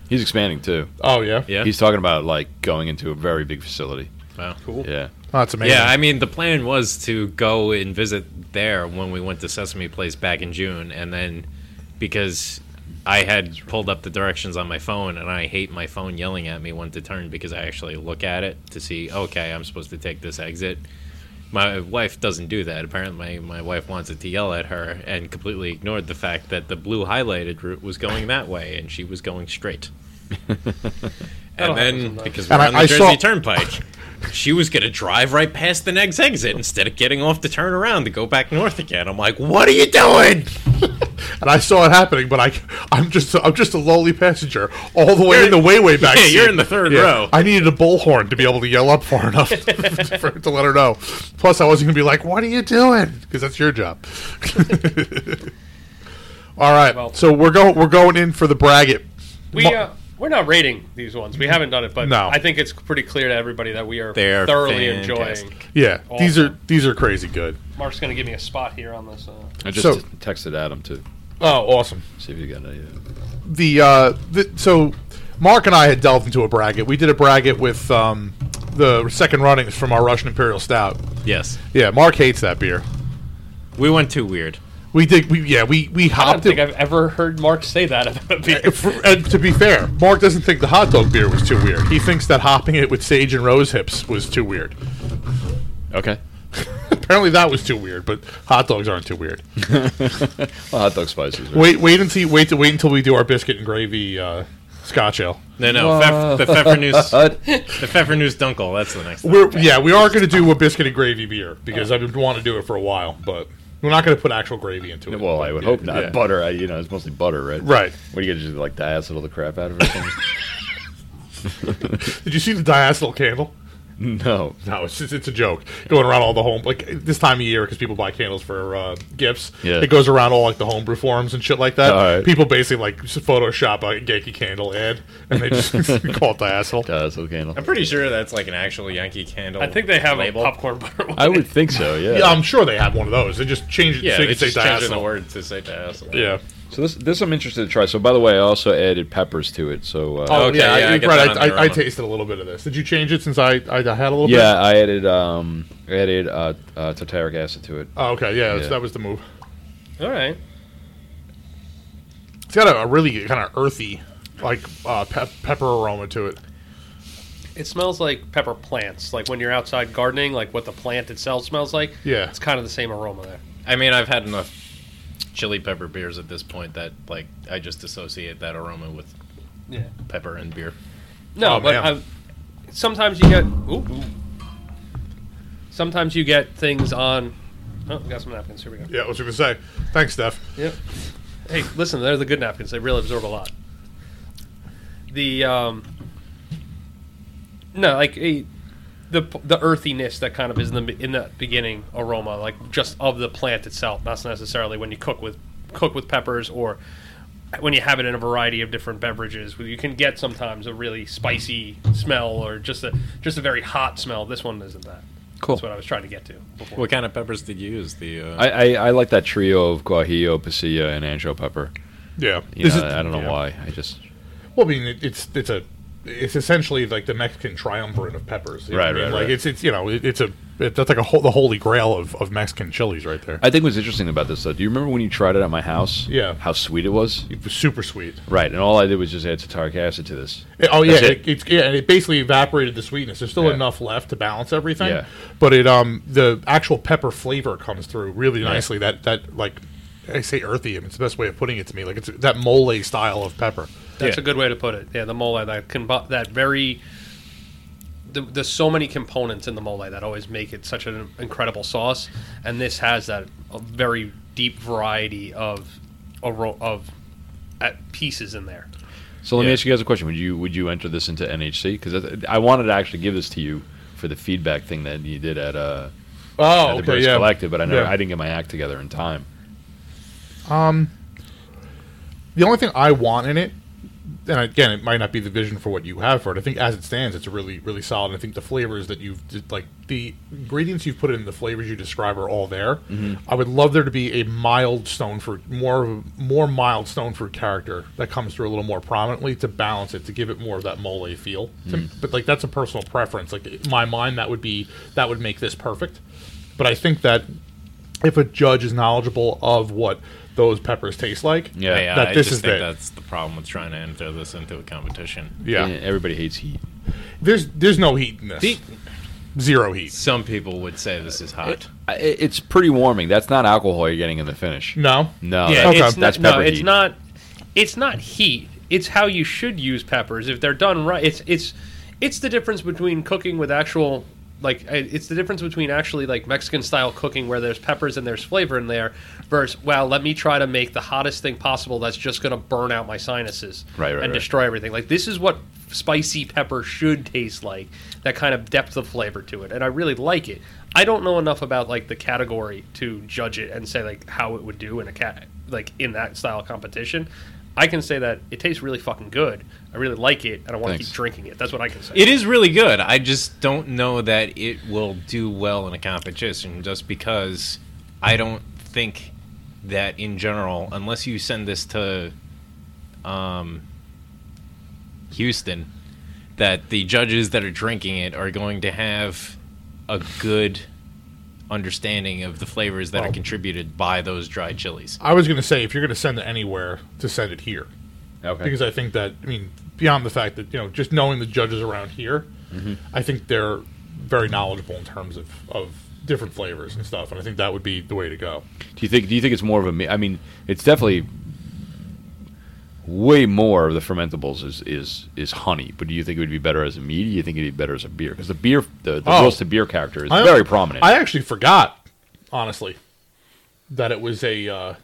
Speaker 5: He's expanding too.
Speaker 4: oh yeah,
Speaker 3: Yeah.
Speaker 5: He's talking about like going into a very big facility.
Speaker 3: Wow.
Speaker 2: Cool.
Speaker 5: Yeah.
Speaker 4: Oh, that's amazing.
Speaker 3: Yeah, I mean, the plan was to go and visit there when we went to Sesame Place back in June, and then because I had pulled up the directions on my phone, and I hate my phone yelling at me when to turn because I actually look at it to see, okay, I'm supposed to take this exit. My wife doesn't do that. Apparently, my wife wants it to yell at her and completely ignored the fact that the blue highlighted route was going that way, and she was going straight.
Speaker 2: That'll
Speaker 3: and
Speaker 2: happen
Speaker 3: then,
Speaker 2: sometimes.
Speaker 3: because we're
Speaker 4: And I-
Speaker 3: on the
Speaker 4: I
Speaker 3: Jersey
Speaker 4: saw-
Speaker 3: Turnpike, she was going to drive right past the next exit instead of getting off the turnaround to go back north again. I'm like, what are you doing?
Speaker 4: and I saw it happening, but I, I'm just, I'm just a lowly passenger all the way in the way, way back.
Speaker 3: Yeah, you're
Speaker 4: seat.
Speaker 3: in the third
Speaker 4: Yeah.
Speaker 3: row.
Speaker 4: I needed a bullhorn to be able to yell up far enough for, to let her know. Plus, I wasn't going to be like, "What are you doing?" Because that's your job. All right,
Speaker 2: Well-
Speaker 4: so we're going, we're going in for the bragget.
Speaker 2: We,
Speaker 4: Mo-
Speaker 2: uh, we're not rating these ones. We haven't done it, but
Speaker 4: No.
Speaker 2: I think it's pretty clear to everybody that we are
Speaker 3: They are
Speaker 2: thoroughly
Speaker 3: fantastic.
Speaker 2: enjoying.
Speaker 4: yeah, these
Speaker 2: awesome.
Speaker 4: are these are crazy good.
Speaker 2: Mark's going to give me a spot here on this. Uh,
Speaker 5: I just
Speaker 4: So-
Speaker 5: texted Adam to
Speaker 4: Oh, awesome.
Speaker 5: see if you got any.
Speaker 4: the uh, the, so Mark and I had delved into a braggot. We did a braggot with um, the second runnings from our Russian Imperial Stout.
Speaker 3: Yes.
Speaker 4: Yeah, Mark hates that beer.
Speaker 3: We went too weird.
Speaker 4: We did. We yeah. We we
Speaker 2: I don't
Speaker 4: hopped
Speaker 2: think
Speaker 4: it.
Speaker 2: I've ever heard Mark say that about a beer.
Speaker 4: If- and to be fair, Mark doesn't think the hot dog beer was too weird. He thinks that hopping it with sage and rose hips was too weird.
Speaker 5: Okay.
Speaker 4: Apparently, that was too weird. But hot dogs aren't too weird.
Speaker 5: Well, hot dog spices. Right?
Speaker 4: Wait, wait and see. Wait to wait until we do our biscuit and gravy uh, Scotch ale.
Speaker 3: No, no. Pfeff, the Pfeffernuss, the Pfeffernuss Dunkel. That's the next.
Speaker 4: We're, yeah, we are going to do a biscuit and gravy beer because I've been wanting to do it for a while, but we're not going to put actual gravy into it.
Speaker 5: well, I would hope not.
Speaker 4: Yeah.
Speaker 5: Butter, I, you know, it's mostly butter, right?
Speaker 4: Right.
Speaker 5: What do you get? Just like diacetyl the crap out of it? or something?
Speaker 4: Did you see the diacetyl candle?
Speaker 5: no.
Speaker 4: No, it's just, it's a joke going around all the home like this time of year because people buy candles for uh, gifts.
Speaker 5: Yeah.
Speaker 4: It goes around all like the homebrew forums and shit like that.
Speaker 5: All right.
Speaker 4: People basically like s- Photoshop a Yankee candle ad and they just call it diacetyl.
Speaker 5: Diacetyl candle.
Speaker 3: I'm pretty sure that's like an actual Yankee candle.
Speaker 2: I think they have
Speaker 3: label.
Speaker 2: a popcorn butter. One.
Speaker 5: I would think so. Yeah.
Speaker 4: Yeah, I'm sure they have one of those. They just change it
Speaker 3: Yeah,
Speaker 4: so you
Speaker 3: they
Speaker 4: can say
Speaker 3: just changing the
Speaker 4: diacetyl.
Speaker 3: word to say diacetyl.
Speaker 4: Yeah.
Speaker 5: So this this I'm interested to try. So by the way, I also added peppers to it. So uh,
Speaker 4: Oh
Speaker 3: Okay,
Speaker 4: yeah,
Speaker 3: yeah,
Speaker 4: I,
Speaker 3: I get
Speaker 4: right.
Speaker 3: that on the
Speaker 4: I, I, I
Speaker 3: aroma.
Speaker 4: tasted a little bit of this. Did you change it since I I, I had a little bit?
Speaker 5: yeah, I added um I added uh, uh tartaric acid to it.
Speaker 4: Oh, okay, yeah, that's
Speaker 5: Yeah.
Speaker 4: that was the move.
Speaker 2: All right.
Speaker 4: It's got a, a really kind of earthy, like uh, pep- pepper aroma to it.
Speaker 2: It smells like pepper plants, like when you're outside gardening, like what the plant itself smells like.
Speaker 4: Yeah.
Speaker 2: It's kind of the same aroma there.
Speaker 3: I mean, I've had enough chili pepper beers at this point that like I just associate that aroma with
Speaker 2: Yeah.
Speaker 3: pepper and beer.
Speaker 2: No,
Speaker 4: Oh,
Speaker 2: but I,
Speaker 4: man.
Speaker 2: sometimes you get. Ooh, ooh. Sometimes you get things on. Oh, we got some napkins. Here we go.
Speaker 4: Yeah, what was gonna say? Thanks, Steph.
Speaker 2: Yep. Hey, listen, they're the good napkins. They really absorb a lot. The um, no, like eh, the the earthiness that kind of is in the in the beginning aroma, like just of the plant itself, not necessarily when you cook with cook with peppers or when you have it in a variety of different beverages. You can get sometimes a really spicy smell or just a just a very hot smell. This one isn't that.
Speaker 5: Cool.
Speaker 2: That's what I was trying to get to. Before.
Speaker 3: What kind of peppers did you use? The uh,
Speaker 5: I, I, I like that trio of guajillo, pasilla, and ancho pepper.
Speaker 4: Yeah,
Speaker 5: You
Speaker 4: This
Speaker 5: know,
Speaker 4: is-
Speaker 5: I don't know
Speaker 4: yeah.
Speaker 5: why. I just
Speaker 4: Well, I mean, it, it's it's a it's essentially like the Mexican triumvirate of peppers. you know
Speaker 5: Right,
Speaker 4: what I mean?
Speaker 5: right,
Speaker 4: Like
Speaker 5: right.
Speaker 4: it's it's you know it, it's a it, that's like a whole, the holy grail of, of Mexican chilies right there.
Speaker 5: I think what's interesting about this though. Do you remember when you tried it at my house?
Speaker 4: Yeah.
Speaker 5: How sweet it was.
Speaker 4: It was super sweet.
Speaker 5: Right, and all I did was just add tartaric acid to this.
Speaker 4: It- oh yeah,
Speaker 5: That's
Speaker 4: it.
Speaker 5: it.
Speaker 4: it's yeah, and it basically evaporated the sweetness. There's still
Speaker 5: Yeah.
Speaker 4: enough left to balance everything.
Speaker 5: Yeah.
Speaker 4: But it um the actual pepper flavor comes through really nicely. That that like I say earthy, and it's the best way of putting it to me. Like it's that mole style of pepper.
Speaker 2: That's
Speaker 3: Yeah.
Speaker 2: a good way to put it. Yeah, the mole that can that very. The, there's so many components in the mole that always make it such an incredible sauce, and this has that a very deep variety of aro- of uh, pieces in there.
Speaker 5: So let me
Speaker 3: Yeah.
Speaker 5: ask you guys a question. Would you would you enter this into NHC? Because I wanted to actually give this to you for the feedback thing that you did at uh at
Speaker 4: Oh,
Speaker 5: the British Collective, but I never
Speaker 4: Yeah.
Speaker 5: I didn't get my act together in time.
Speaker 4: The only thing I want in it, and again, it might not be the vision for what you have for it. I think as it stands, it's really, really solid. And I think the flavors that you've did- like the ingredients you've put in, the flavors you describe are all there. I would love there to be a mild stone fruit, more of a- more mild stone fruit character that comes through a little more prominently to balance it, to give it more of that mole feel. To- But like that's a personal preference. Like in my mind, that would be that would make this perfect. But I think that if a judge is knowledgeable of what those peppers taste like,
Speaker 5: Yeah.
Speaker 3: yeah,
Speaker 4: That
Speaker 3: I
Speaker 4: this
Speaker 3: just
Speaker 4: is
Speaker 3: think
Speaker 4: it.
Speaker 3: that's the problem with trying to enter this into a competition.
Speaker 5: And everybody hates heat.
Speaker 4: There's there's no heat in this.
Speaker 3: Heat-
Speaker 4: Zero heat.
Speaker 3: Some people would say this is hot.
Speaker 5: I- it- It's pretty warming. That's not alcohol you're getting in the finish.
Speaker 4: No.
Speaker 5: No,
Speaker 2: yeah,
Speaker 5: that-
Speaker 4: Okay.
Speaker 2: it's
Speaker 5: that's
Speaker 2: not,
Speaker 5: pepper
Speaker 2: no, it's
Speaker 5: heat.
Speaker 2: not. It's not heat. It's how you should use peppers if they're done right. It's it's it's the difference between cooking with actual like I- it's the difference between actually like Mexican style cooking where there's peppers and there's flavor in there versus well let me try to make the hottest thing possible that's just going to burn out my sinuses
Speaker 5: Right, right,
Speaker 2: and
Speaker 5: right.
Speaker 2: destroy everything. Like this is what spicy pepper should taste like. That kind of depth of flavor to it, and I really like it. I don't know enough about like the category to judge it and say like how it would do in a cat like in that style of competition. I can say that it tastes really fucking good. I really like it, and I want to
Speaker 5: Thanks.
Speaker 2: keep drinking it. That's what I can say.
Speaker 3: It is really good. I just don't know that it will do well in a competition just because I don't think that in general, unless you send this to um, Houston, that the judges that are drinking it are going to have a good understanding of the flavors that are contributed by those dry chilies.
Speaker 4: I was gonna say if you're gonna send it anywhere, to send it here.
Speaker 5: Okay.
Speaker 4: Because I think that I mean, beyond the fact that, you know, just knowing the judges around here,
Speaker 5: Mm-hmm.
Speaker 4: I think they're very knowledgeable in terms of, of different flavors and stuff, and I think that would be the way to go.
Speaker 5: Do you think? Do you think it's more of a? mi- I mean, it's definitely way more of the fermentables is is is honey. But do you think it would be better as a mead? Do you think it'd be better as a beer? Because the beer, the, the
Speaker 4: Oh.
Speaker 5: roasted beer character is
Speaker 4: I-
Speaker 5: very prominent.
Speaker 4: I actually forgot, honestly, that it was a uh,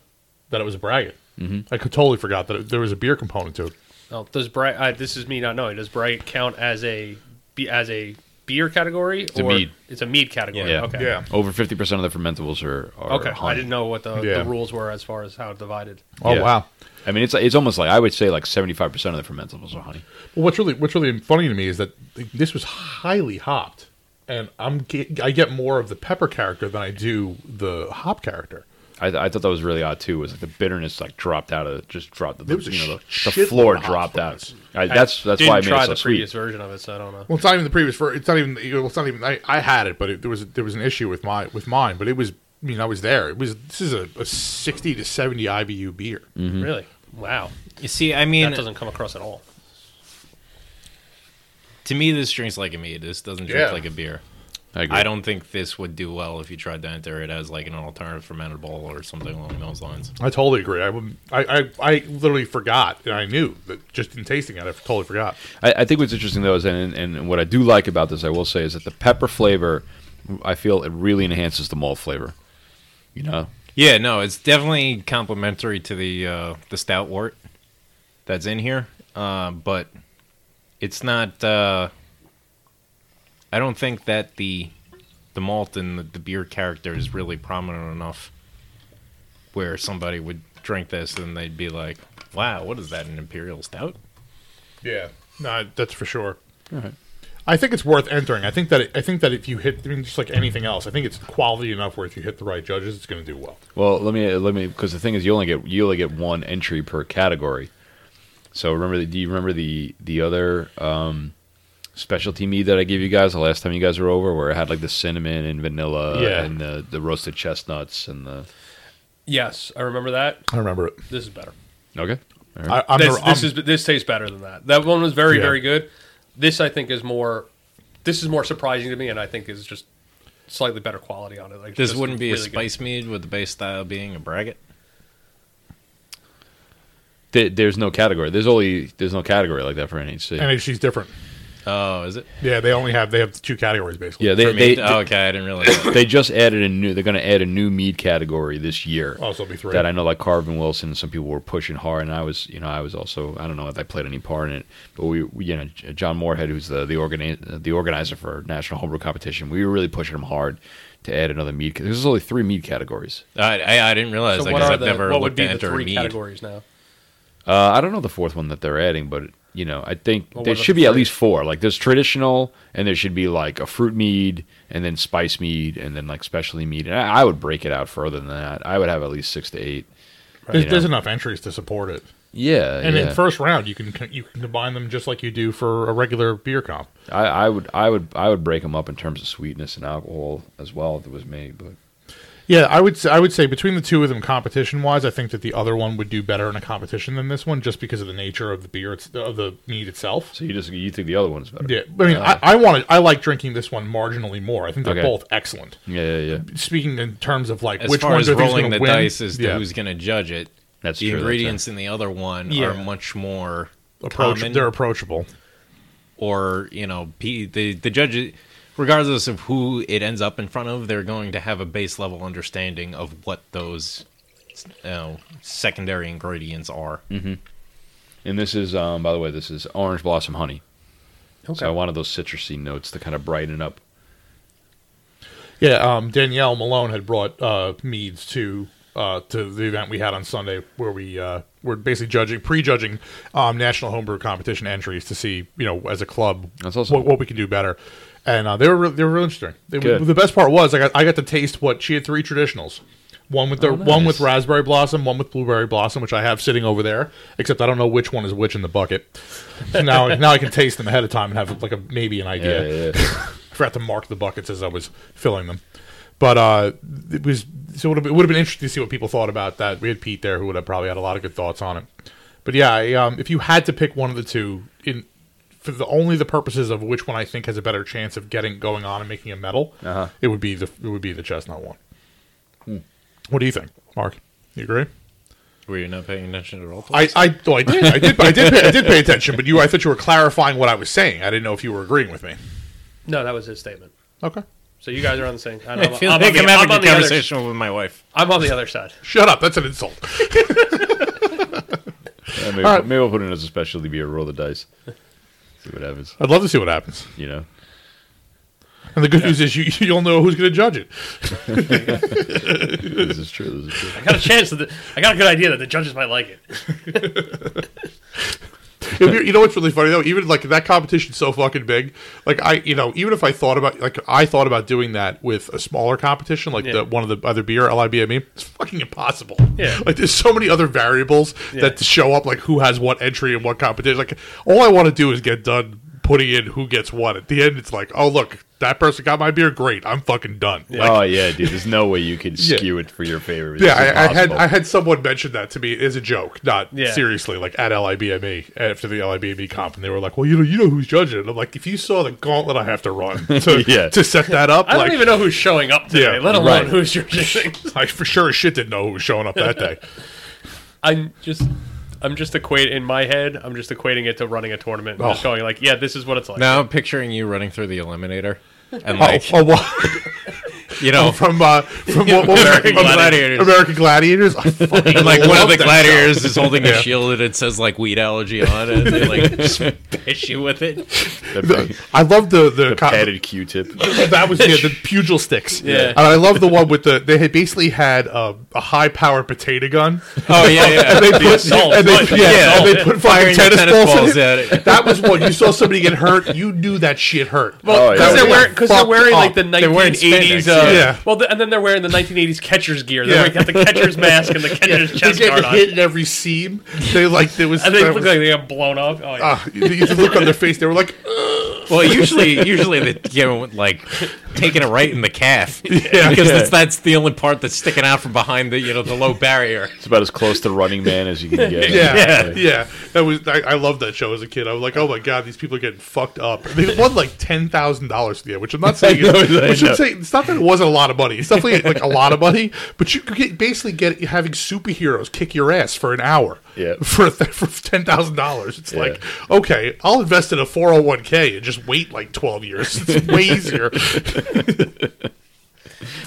Speaker 4: that it was a braggot. Mm-hmm. I could- totally forgot that it, there was a beer component to it.
Speaker 2: Well, does bright? Uh, this is me not knowing. Does bright count as a be- as a beer category? It's
Speaker 5: a mead.
Speaker 2: It's a mead category.
Speaker 5: Yeah.
Speaker 2: Okay.
Speaker 5: Over fifty percent of the fermentables are, are
Speaker 2: Okay.
Speaker 5: honey.
Speaker 2: I didn't know what the,
Speaker 4: Yeah.
Speaker 2: the rules were as far as how divided.
Speaker 4: Oh
Speaker 5: Yeah.
Speaker 4: wow.
Speaker 5: I mean, it's it's almost like I would say like seventy five percent of the fermentables are honey.
Speaker 4: Well, what's really what's really funny to me is that this was highly hopped, and I'm ge- I get more of the pepper character than I do the hop character.
Speaker 5: I, I thought that was really odd too. Was like the bitterness like dropped out of just dropped the
Speaker 4: There was a
Speaker 5: you know
Speaker 4: sh-
Speaker 5: the, the
Speaker 4: shitload
Speaker 5: floor
Speaker 4: of hops
Speaker 5: dropped
Speaker 4: in
Speaker 5: out.
Speaker 4: this.
Speaker 5: I, that's that's
Speaker 2: Didn't
Speaker 5: why I made
Speaker 2: try
Speaker 5: it so
Speaker 2: the
Speaker 5: sweet.
Speaker 2: previous version of it, so I don't know.
Speaker 4: Well, it's not even the previous. ver it's not even. Well, it's not even. I, I had it, but it, there was there was an issue with my with mine. But it was. I mean, I was there. It was. This is a, a sixty to seventy IBU beer.
Speaker 2: Really? Wow.
Speaker 3: You see, I
Speaker 2: That
Speaker 3: mean,
Speaker 2: doesn't come across at all.
Speaker 3: to me, this drinks like a mead. This doesn't drink
Speaker 4: Yeah.
Speaker 3: like a beer.
Speaker 5: I, agree.
Speaker 3: I don't think this would do well if you tried to enter it as like an alternative fermentable or something along those lines.
Speaker 4: I totally agree. I wouldn't- I I, I literally forgot, and I knew that just in tasting it, I totally forgot.
Speaker 5: I, I think what's interesting though is, and, and what I do like about this, I will say, is that the pepper flavor, I feel it really enhances the malt flavor. You know,
Speaker 3: Yeah, no, it's definitely complementary to the uh, the stout wort that's in here, uh, but it's not. Uh, I don't think that the the malt and the, the beer character is really prominent enough where somebody would drink this and they'd be like, "Wow, what is that? An imperial stout?"
Speaker 4: Yeah, no, that's for sure. I think it's worth entering. I think that it, I think that if you hit, I mean, just like anything else, I think it's quality enough where if you hit the right judges, it's going to do well.
Speaker 5: well, let me let me because the thing is, you only get you only get one entry per category. So remember, the, do you remember the the other um, specialty mead that I gave you guys the last time you guys were over, where it had like the cinnamon and vanilla
Speaker 4: Yeah.
Speaker 5: and the, the roasted chestnuts and the
Speaker 2: Yes, I remember that.
Speaker 4: I remember it.
Speaker 2: This is better.
Speaker 5: okay. All right.
Speaker 4: I, I'm
Speaker 2: This,
Speaker 4: the,
Speaker 2: this
Speaker 4: I'm-
Speaker 2: is this tastes better than that. That one was very
Speaker 4: Yeah.
Speaker 2: very good. This I think is more. This is more surprising to me, and I think is just slightly better quality on it. Like
Speaker 3: This
Speaker 2: just
Speaker 3: wouldn't be
Speaker 2: really
Speaker 3: a
Speaker 2: good.
Speaker 3: spice mead with the base style being a braggot.
Speaker 5: there- there's no category. There's only there's no category like that for NHC.
Speaker 4: NHC's different.
Speaker 3: Oh, is it?
Speaker 4: Yeah, they only have they have two categories basically.
Speaker 5: yeah, they
Speaker 3: For me?
Speaker 5: they,
Speaker 3: oh, okay, I didn't realize. that.
Speaker 5: they just added a new. They're going to add a new mead category this year.
Speaker 4: Oh, so it'll be three.
Speaker 5: That I know, like Carvin Wilson and some people were pushing hard, and I was, you know, I was also, I don't know if I played any part in it, but we, we you know, J- John Moorhead, who's the the, organi- the organizer for National Homebrew Competition, we were really pushing him hard to add another mead. ca- There's only three mead categories.
Speaker 3: I, I, I didn't realize
Speaker 2: So
Speaker 3: that
Speaker 2: what
Speaker 3: 'cause
Speaker 2: are
Speaker 3: I've
Speaker 2: the,
Speaker 3: never
Speaker 2: what would
Speaker 3: looked
Speaker 2: be
Speaker 3: to
Speaker 2: the
Speaker 3: enter
Speaker 2: three
Speaker 3: mead.
Speaker 2: categories now?
Speaker 5: Uh, I don't know the fourth one that they're adding, but you know, I think
Speaker 2: Well,
Speaker 5: there
Speaker 2: what are
Speaker 5: should
Speaker 2: the
Speaker 5: be at
Speaker 2: three?
Speaker 5: least four. Like there's traditional, and there should be like a fruit mead, and then spice mead, and then like specialty mead. And I, I would break it out further than that. I would have at least six to eight.
Speaker 4: there's,
Speaker 5: you
Speaker 4: there's
Speaker 5: know.
Speaker 4: enough entries to support it.
Speaker 5: Yeah,
Speaker 4: And
Speaker 5: yeah.
Speaker 4: in first round, you can you can combine them just like you do for a regular beer comp.
Speaker 5: I, I would, I would, I would break them up in terms of sweetness and alcohol as well. If it was me, but
Speaker 4: Yeah, I would say, I would say between the two of them, competition wise, I think that the other one would do better in a competition than this one, just because of the nature of the beer, it's, of the mead itself.
Speaker 5: so you just you think the other one's better?
Speaker 4: Yeah, I mean,
Speaker 3: Uh,
Speaker 4: I, I wanted I like drinking this one marginally more. I think they're
Speaker 5: Okay.
Speaker 4: both excellent.
Speaker 5: yeah, yeah, yeah.
Speaker 4: Speaking in terms of like
Speaker 3: As
Speaker 4: which
Speaker 3: far
Speaker 4: one's
Speaker 3: as
Speaker 4: going
Speaker 3: rolling
Speaker 4: to
Speaker 3: the
Speaker 4: win,
Speaker 3: dice as to
Speaker 4: yeah,
Speaker 3: who's going to judge it,
Speaker 5: That's
Speaker 3: the
Speaker 5: true, that's
Speaker 3: ingredients in the other one
Speaker 4: Yeah.
Speaker 3: are much more
Speaker 4: approach,
Speaker 3: common.
Speaker 4: they're approachable.
Speaker 3: or you know P, the the judges regardless of who it ends up in front of they're going to have a base level understanding of what those you know, secondary ingredients are
Speaker 5: And this is, um, by the way, this is orange blossom honey.
Speaker 2: Okay.
Speaker 5: So I wanted those citrusy notes to kind of brighten up.
Speaker 4: Yeah, um, Danielle Malone had brought uh, meads to uh, to the event we had on Sunday, where we uh, were basically judging, prejudging um, national homebrew competition entries to see, you know, as a club,
Speaker 5: That's awesome.
Speaker 4: what, what we can do better. And uh, they were re- they were really interesting. They, were-
Speaker 5: Good.
Speaker 4: the best part was I got I got to taste what she had three traditionals. One with the
Speaker 5: Oh,
Speaker 4: one
Speaker 5: nice.
Speaker 4: with raspberry blossom, one with blueberry blossom, which I have sitting over there. Except I don't know which one is which in the bucket. now now I can taste them ahead of time and have like a maybe an idea.
Speaker 5: yeah, yeah.
Speaker 4: I forgot to mark the buckets as I was filling them. But uh, it was so it would, have, it would have been interesting to see what people thought about that. We had Pete there who would have probably had a lot of good thoughts on it. But yeah, I, um, if you had to pick one of the two in for the only the purposes of which one I think has a better chance of getting going on and making a medal,
Speaker 5: Uh-huh.
Speaker 4: it would be the it would be the chestnut one. What do you think, Mark? You agree?
Speaker 3: were you not paying attention at all to
Speaker 4: I I, oh, I did I did I did pay, I did pay attention, but you I thought you were clarifying what I was saying. I didn't know if you were agreeing with me.
Speaker 2: No, that was his statement.
Speaker 4: Okay,
Speaker 2: So you guys are on the same. I know,
Speaker 3: I
Speaker 2: I'm,
Speaker 3: feel
Speaker 2: I'm
Speaker 3: like
Speaker 2: on
Speaker 3: I'm
Speaker 2: the, I'm,
Speaker 3: having
Speaker 2: on
Speaker 3: a
Speaker 2: the other-
Speaker 3: conversation with my wife
Speaker 2: I'm on the other side.
Speaker 4: shut up. That's an insult.
Speaker 5: Yeah, maybe,
Speaker 4: All right.
Speaker 5: maybe we'll put it as a specialty beer, roll the dice, see what happens.
Speaker 4: I'd love to see what happens.
Speaker 5: You know,
Speaker 4: And the good news is you, you'll know who's going to judge it.
Speaker 5: this is true. This is true.
Speaker 2: I got a chance. That the, I got a good idea that the judges might like it.
Speaker 4: If you're- you know what's really funny though? Even like that competition's so fucking big. Like I, you know, even if I thought about like I thought about doing that with a smaller competition, like
Speaker 2: Yeah.
Speaker 4: the, one of the other beer LIBME, E, it's fucking impossible.
Speaker 2: Yeah.
Speaker 4: Like there's so many other variables that show up, like who has what entry and what competition. Like all I want to do is get done putting in who gets what. At the end, it's like, oh look, that person got my beer. Great, I'm fucking done. Like,
Speaker 5: oh yeah, dude. There's no way you could skew it for your favorite.
Speaker 4: Yeah, I, I had I had someone mention that to me as a joke, not
Speaker 2: Yeah.
Speaker 4: seriously, like at LIBME E, after the LIBME E comp, and they were like, "Well, you know, you know who's judging." And I'm like, "If you saw the gauntlet I have to run to,
Speaker 5: Yeah.
Speaker 4: to set that up,
Speaker 2: I
Speaker 4: like,
Speaker 2: don't even know who's showing up today,
Speaker 4: Yeah,
Speaker 2: let alone
Speaker 5: right.
Speaker 2: who's judging.
Speaker 4: I for sure as shit didn't know who was showing up that day."
Speaker 2: I'm just. I'm just equating in my head. I'm just equating it to running a tournament. I'm just
Speaker 4: Oh.
Speaker 2: going like, yeah, this is what it's like.
Speaker 3: now I'm picturing you running through the eliminator and
Speaker 4: oh,
Speaker 3: like
Speaker 4: oh, well,
Speaker 3: you know
Speaker 4: from uh, from what, what
Speaker 3: American
Speaker 4: American
Speaker 3: Gladiators.
Speaker 4: American Gladiators. I fucking
Speaker 3: and like one of
Speaker 4: love
Speaker 3: the
Speaker 4: that
Speaker 3: gladiators is holding
Speaker 4: Yeah.
Speaker 3: a shield and it says like weed allergy on it and they like just piss you with it
Speaker 4: show. I love the the, co-
Speaker 5: padded Q-tip.
Speaker 4: that was yeah, the pugil sticks.
Speaker 2: Yeah.
Speaker 4: and I love the one with the they had basically had uh, a high powered potato gun.
Speaker 3: oh yeah yeah
Speaker 4: and they put,
Speaker 2: assault,
Speaker 4: and they,
Speaker 2: right, the
Speaker 4: yeah,
Speaker 2: assault.
Speaker 4: and they put
Speaker 3: Firing
Speaker 4: five
Speaker 3: the
Speaker 4: tennis,
Speaker 3: tennis
Speaker 4: balls,
Speaker 3: balls
Speaker 4: in
Speaker 3: at
Speaker 4: it.
Speaker 3: it.
Speaker 4: That was one. You saw somebody get hurt, you knew that shit hurt. Uh,
Speaker 2: Well,
Speaker 5: Oh,
Speaker 2: because
Speaker 5: yeah.
Speaker 2: they're wearing because they're
Speaker 4: Fucked
Speaker 2: wearing like
Speaker 4: up.
Speaker 2: the
Speaker 4: They're
Speaker 3: wearing
Speaker 2: 1980s.
Speaker 3: spandex,
Speaker 2: uh,
Speaker 4: yeah.
Speaker 2: Well, the, and then they're wearing the 1980s catcher's gear. They
Speaker 4: Yeah.
Speaker 2: are got the catcher's mask and the catcher's
Speaker 4: they
Speaker 2: chest guard
Speaker 4: get
Speaker 2: on,
Speaker 4: hit in every seam. They like there was.
Speaker 2: and they
Speaker 4: there
Speaker 2: look
Speaker 4: was-
Speaker 2: like they got blown up. Oh, yeah.
Speaker 4: ah, you- you look on their face. They were like, "Ugh."
Speaker 3: Well, usually, usually they you know, like taking it right in the calf
Speaker 4: Yeah.
Speaker 3: because That's, that's the only part that's sticking out from behind the you know the low barrier.
Speaker 5: It's about as close to Running Man as you can get.
Speaker 4: yeah, yeah,
Speaker 3: Yeah.
Speaker 4: That was. I, I loved that show as a kid. I was like, oh my god, these people are getting fucked up. They won like ten thousand dollars to the end, which I'm not saying.
Speaker 5: know,
Speaker 4: is-
Speaker 5: I
Speaker 4: which I'm
Speaker 5: know.
Speaker 4: saying it's not that it wasn't a lot of money. It's definitely like a lot of money, but you could get, basically get having superheroes kick your ass for an hour.
Speaker 5: Yeah.
Speaker 4: for th- for ten thousand dollars. It's
Speaker 5: Yeah.
Speaker 4: like okay, I'll invest in a four hundred one k and just wait like twelve years. It's way easier.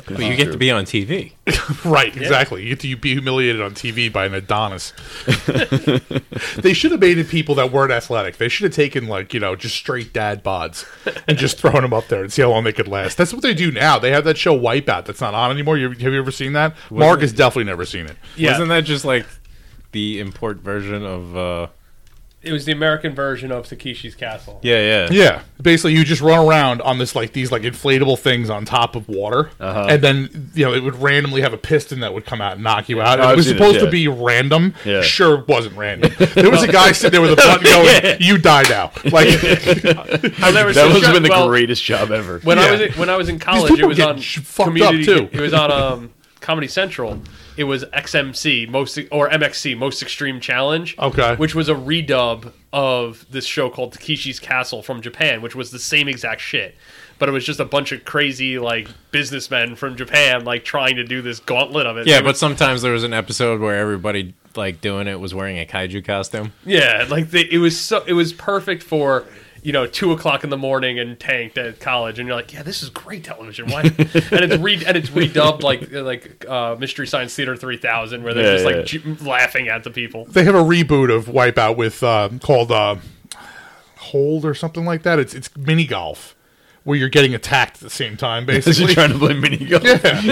Speaker 3: But you get to be on TV.
Speaker 4: Right, exactly. You, you be humiliated on TV by an Adonis. they should have made it people that weren't athletic. They should have taken like you know just straight dad bods and just thrown them up there and see how long they could last. That's what they do now. They have that show Wipeout that's not on anymore. You, have you ever seen that? Mark has definitely never seen it.
Speaker 2: Yeah.
Speaker 3: Wasn't that just like the import version of? uh
Speaker 2: It was the American version of Takeshi's Castle.
Speaker 3: Yeah, yeah,
Speaker 4: Yeah, basically you just run around on this like these like inflatable things on top of water,
Speaker 5: Uh-huh.
Speaker 4: and then you know it would randomly have a piston that would come out and knock you out.
Speaker 5: Oh, I've
Speaker 4: it was
Speaker 5: seen it,
Speaker 4: supposed
Speaker 5: yeah.
Speaker 4: to be random.
Speaker 5: Yeah.
Speaker 4: Sure, wasn't random. There was a guy sitting there with a button going, "You die now." Like
Speaker 2: I've never
Speaker 5: That
Speaker 2: seen-
Speaker 5: must have been the
Speaker 2: well,
Speaker 5: greatest job ever.
Speaker 2: When I
Speaker 4: Yeah.
Speaker 2: was in- when I was in college,
Speaker 4: people
Speaker 2: it was
Speaker 4: get
Speaker 2: on
Speaker 4: sh- fucked up,
Speaker 2: community.
Speaker 4: too.
Speaker 2: It was on um, Comedy Central. It was XMC most or MXC most extreme challenge.
Speaker 4: Okay.
Speaker 2: which was a redub of this show called Takeshi's Castle from Japan, which was the same exact shit, but it was just a bunch of crazy like businessmen from Japan like trying to do this gauntlet of it.
Speaker 3: yeah.
Speaker 2: It
Speaker 3: But
Speaker 2: was-
Speaker 3: sometimes there was an episode where everybody like doing it was wearing a kaiju costume.
Speaker 2: yeah, like they, it was so it was perfect for. You know, two o'clock in the morning and tanked at college, and you're like, "Yeah, this is great television." Why? and it's re- and it's redubbed like like uh, Mystery Science Theater 3000, where they're
Speaker 5: Yeah,
Speaker 2: just like
Speaker 5: yeah.
Speaker 2: ju- laughing at the people.
Speaker 4: they have a reboot of Wipeout with uh, called uh, Hold or something like that. It's it's mini golf where you're getting attacked at the same time,
Speaker 5: Is he
Speaker 4: basically.
Speaker 5: trying to play mini golf?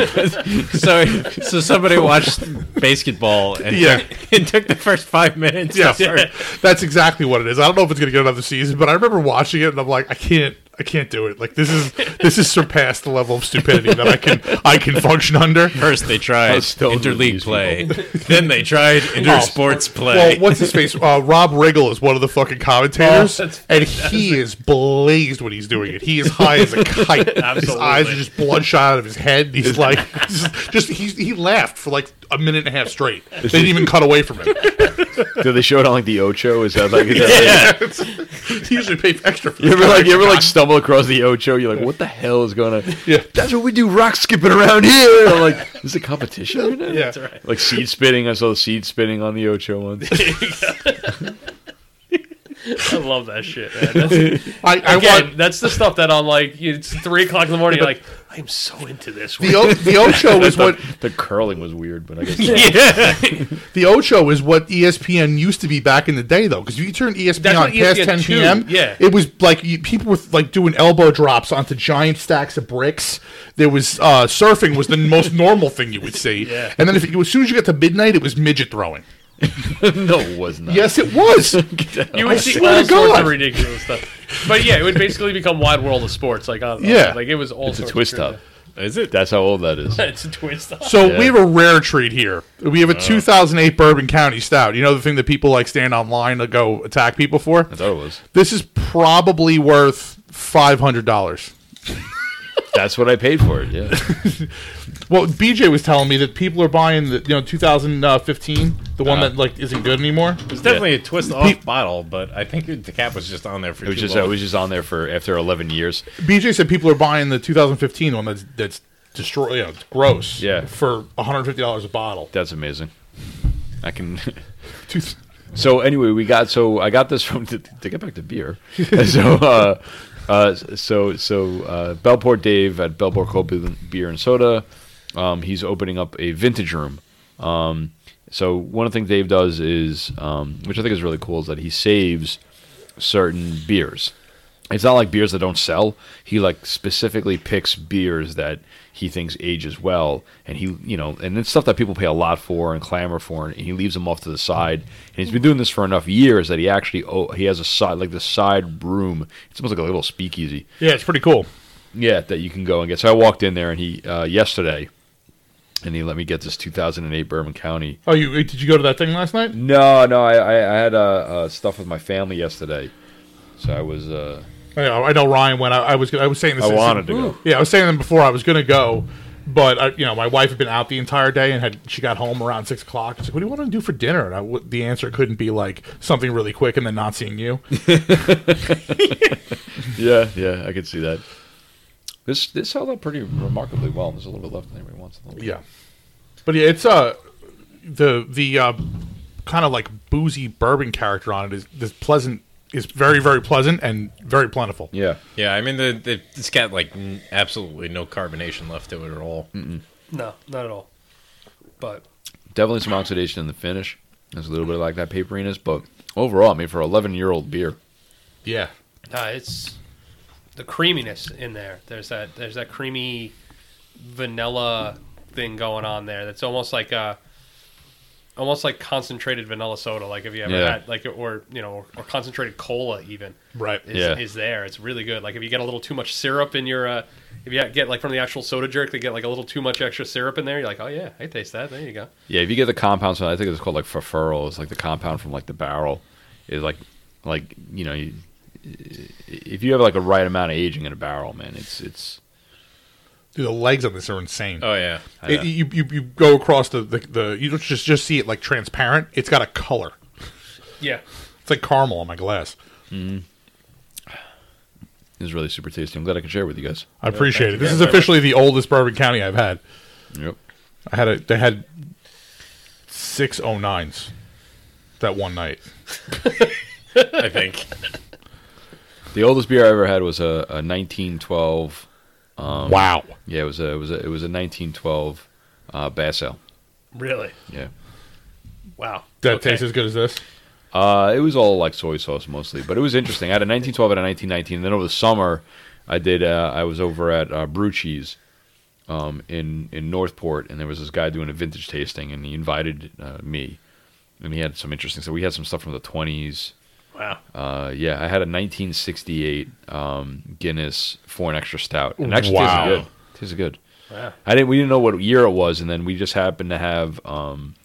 Speaker 3: So, so somebody watched basketball and
Speaker 4: Yeah.
Speaker 3: and took the first five minutes.
Speaker 4: Yeah,
Speaker 3: to start-
Speaker 4: that's exactly what it is. I don't know if it's going to get another season, but I remember watching it and I'm like, I can't, I can't do it. Like this is this is surpassed the level of stupidity that I can I can function under.
Speaker 3: First they tried
Speaker 5: still do
Speaker 3: interleague
Speaker 5: these
Speaker 3: play, then they tried intersports play.
Speaker 4: Well, what's his face? Uh, Rob Riggle is one of the fucking commentators,
Speaker 2: Oh, that's-
Speaker 4: and he is blazed when he's doing it. He is high as a kite. His
Speaker 2: Absolutely.
Speaker 4: eyes are just bloodshot out of his head. and He's like, just, just he, he laughed for like a minute and a half straight. They didn't even cut away from him.
Speaker 5: Do they show it on like the Ocho? Is that like? Is that
Speaker 4: He usually paid extra. For
Speaker 5: You ever like you ever like stumble across the Ocho? You're like, what the hell is going on?
Speaker 4: Yeah.
Speaker 5: that's what we do. Rock skipping around here. I'm like, is it competition right now?
Speaker 4: yeah.
Speaker 5: Like seed spitting. I saw the seed spitting on the Ocho once.
Speaker 2: I love that shit, man. That's,
Speaker 4: I, I
Speaker 2: again,
Speaker 4: want,
Speaker 2: that's the stuff that I'm like, it's three o'clock in the morning. You're like, I am so into this.
Speaker 4: the o- the Ocho is what
Speaker 5: the curling was weird, but I guess
Speaker 4: The Ocho is what E ESPN used to be back in the day, though, because you turned E ESPN
Speaker 2: That's
Speaker 4: on
Speaker 2: what E
Speaker 4: past
Speaker 2: ESPN
Speaker 4: 10
Speaker 2: too,
Speaker 4: p.m.
Speaker 2: yeah.
Speaker 4: it was like you, people were like doing elbow drops onto giant stacks of bricks. There was uh, surfing was the most normal thing you would see,
Speaker 2: Yeah.
Speaker 4: and then if it, as soon as you got to midnight, it was midget throwing.
Speaker 5: no, it was not.
Speaker 4: Yes, it was.
Speaker 2: You
Speaker 4: I
Speaker 2: would see
Speaker 4: swear
Speaker 2: all
Speaker 4: to
Speaker 2: sorts
Speaker 4: God.
Speaker 2: of ridiculous stuff. But yeah, it would basically become Wide World of Sports. Like, on,
Speaker 4: Yeah.
Speaker 2: like it was all
Speaker 5: it's a
Speaker 2: sorts of
Speaker 5: twist
Speaker 2: crazy-
Speaker 5: up. Is it? That's how old that is.
Speaker 2: It's a twist up.
Speaker 4: So we have a rare treat here. We
Speaker 2: Uh.
Speaker 4: have a 2008 Bourbon County Stout. You know the thing that people like stand online to go attack people for.
Speaker 5: I thought it was.
Speaker 4: This is probably worth five hundred dollars.
Speaker 5: That's what I paid for it. Yeah,
Speaker 4: Well, BJ was telling me that people are buying the you know 2015, the one
Speaker 5: Uh-huh.
Speaker 4: that like isn't good anymore.
Speaker 3: It was definitely a twist off bottle, but I think the cap was just on there for
Speaker 5: it was
Speaker 3: too
Speaker 5: just
Speaker 3: long.
Speaker 5: it was just on there for after 11 years.
Speaker 4: BJ said people are buying the 2015 one that's that's destroyed, you know, it's gross.
Speaker 5: Yeah.
Speaker 4: for 150 dollars a bottle.
Speaker 5: That's amazing. I can.
Speaker 4: Two-
Speaker 5: So anyway, we got so I got this from to, to get back to beer. so uh, uh, so so uh, Bellport Dave at Bellport Copeland Beer and Soda, um, he's opening up a vintage room. Um, so one of the things Dave does is, um, which I think is really cool, is that he saves certain beers. It's not like beers that don't sell. He like specifically picks beers that he thinks ages well, and he you know, and it's stuff that people pay a lot for and clamor for, and he leaves them off to the side. And he's been doing this for enough years that he actually oh he has a side like the side room. It's almost like a little speakeasy.
Speaker 4: yeah, it's pretty cool.
Speaker 5: Yeah, that you can go and get. So I walked in there and he uh, yesterday, and he let me get this 2008 Bourbon County.
Speaker 4: Oh, you did you go to that thing last night?
Speaker 5: No, no, I I, I had uh, uh, stuff with my family yesterday, so I was uh,
Speaker 4: I know, Oh, I know Ryan went. I, I was I was saying this.
Speaker 5: I wanted to go.
Speaker 4: Yeah, I was saying them before I was going to go, but I, you know my wife had been out the entire day and had she got home around six o'clock. I was like, "What do you want to do for dinner?" And I w the answer couldn't be like something really quick and then not seeing you.
Speaker 5: Yeah, yeah, I could see that. This this held up pretty remarkably well. There's a little bit left in every once in a while.
Speaker 4: Yeah, but yeah, it's uh the the uh, kind of like boozy bourbon character on it is this pleasant is very very pleasant and very plentiful.
Speaker 5: Yeah.
Speaker 3: Yeah, I mean, the, the, it's got like n- absolutely no carbonation left to it at all.
Speaker 2: No, not at all. But
Speaker 5: Definitely some oxidation in the finish. There's a little bit like that paperiness, but overall, I mean, for 11 year old beer,
Speaker 4: Yeah.
Speaker 2: nah, it's the creaminess in there. There's that there's that creamy vanilla thing going on there. That's almost like a almost like concentrated vanilla soda. Like if you ever
Speaker 5: Yeah.
Speaker 2: had like or you know or, concentrated cola even
Speaker 4: Right.
Speaker 2: is,
Speaker 5: Yeah.
Speaker 2: is there. It's really good. Like if you get a little too much syrup in your uh, if you get like from the actual soda jerk, they get like a little too much extra syrup in there. You're like, oh yeah, I taste that. There you go.
Speaker 5: yeah, if you get the compounds, I think it's called like furfural. It's like the compound from like the barrel. Is like, like you know, you, if you have like a right amount of aging in a barrel, man, it's it's
Speaker 4: Dude, the legs on this are insane.
Speaker 3: Oh, yeah.
Speaker 4: It- you, you you go across the, the the you don't just just see it like transparent. It's got a color.
Speaker 2: Yeah.
Speaker 4: It's like caramel on my glass.
Speaker 5: it's really super tasty. I'm glad I could share it with you guys.
Speaker 4: I appreciate it. This is
Speaker 3: very
Speaker 4: officially the oldest bourbon county I've had.
Speaker 5: Yep.
Speaker 4: I had a they had six oh nines that one night.
Speaker 3: I think.
Speaker 5: The oldest beer I ever had was a, a 1912. Um,
Speaker 4: wow.
Speaker 5: Yeah, it was a it was a, it was a 1912 uh, Bass Ale.
Speaker 2: Really.
Speaker 5: Yeah.
Speaker 2: Wow.
Speaker 4: That
Speaker 2: Okay.
Speaker 4: tastes as good as this.
Speaker 5: Uh, it was all like soy sauce mostly, but it was interesting. I had a 1912 and a 1919. Then over the summer, I did. Uh, I was over at uh, Brew Cheese um, in in Northport, and there was this guy doing a vintage tasting, and he invited uh, me, and he had some interesting. So we had some stuff from the 20s.
Speaker 2: Wow.
Speaker 5: Uh, yeah, I had a 1968 um, Guinness for an extra stout, and it actually
Speaker 4: Wow.
Speaker 5: tasted good. Tasted good.
Speaker 2: Wow.
Speaker 5: I didn't. We didn't know what year it was, and then we just happened to have um,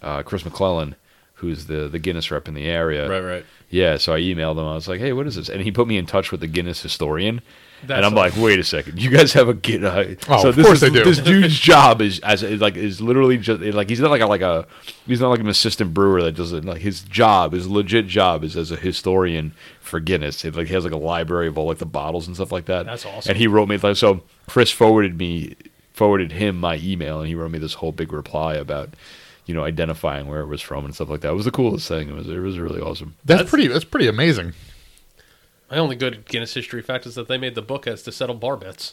Speaker 5: uh, Chris McClellan, who's the the Guinness rep in the area.
Speaker 3: Right, right.
Speaker 5: Yeah, so I emailed him. I was like, "Hey, what is this?" And he put me in touch with the Guinness historian.
Speaker 2: That's
Speaker 5: and I'm like, "Wait a second, you guys have a Guinness?"
Speaker 4: Oh,
Speaker 5: so
Speaker 4: of
Speaker 5: this
Speaker 4: course
Speaker 5: is-
Speaker 4: they do.
Speaker 5: This dude's job is as is like is literally just like he's not like a like a he's not like an assistant brewer that does it. Like his job, his legit job, is as a historian for Guinness. It, like he has like a library of all like the bottles and stuff like that.
Speaker 2: That's awesome.
Speaker 5: And he wrote me like so. Chris forwarded me forwarded him my email, and he wrote me this whole big reply about. You know, identifying where it was from and stuff like that it was the coolest thing. It was it was really awesome.
Speaker 4: That's,
Speaker 2: That's-
Speaker 4: pretty. That's pretty amazing.
Speaker 2: My only good Guinness history fact is that they made the book as to settle bar bets.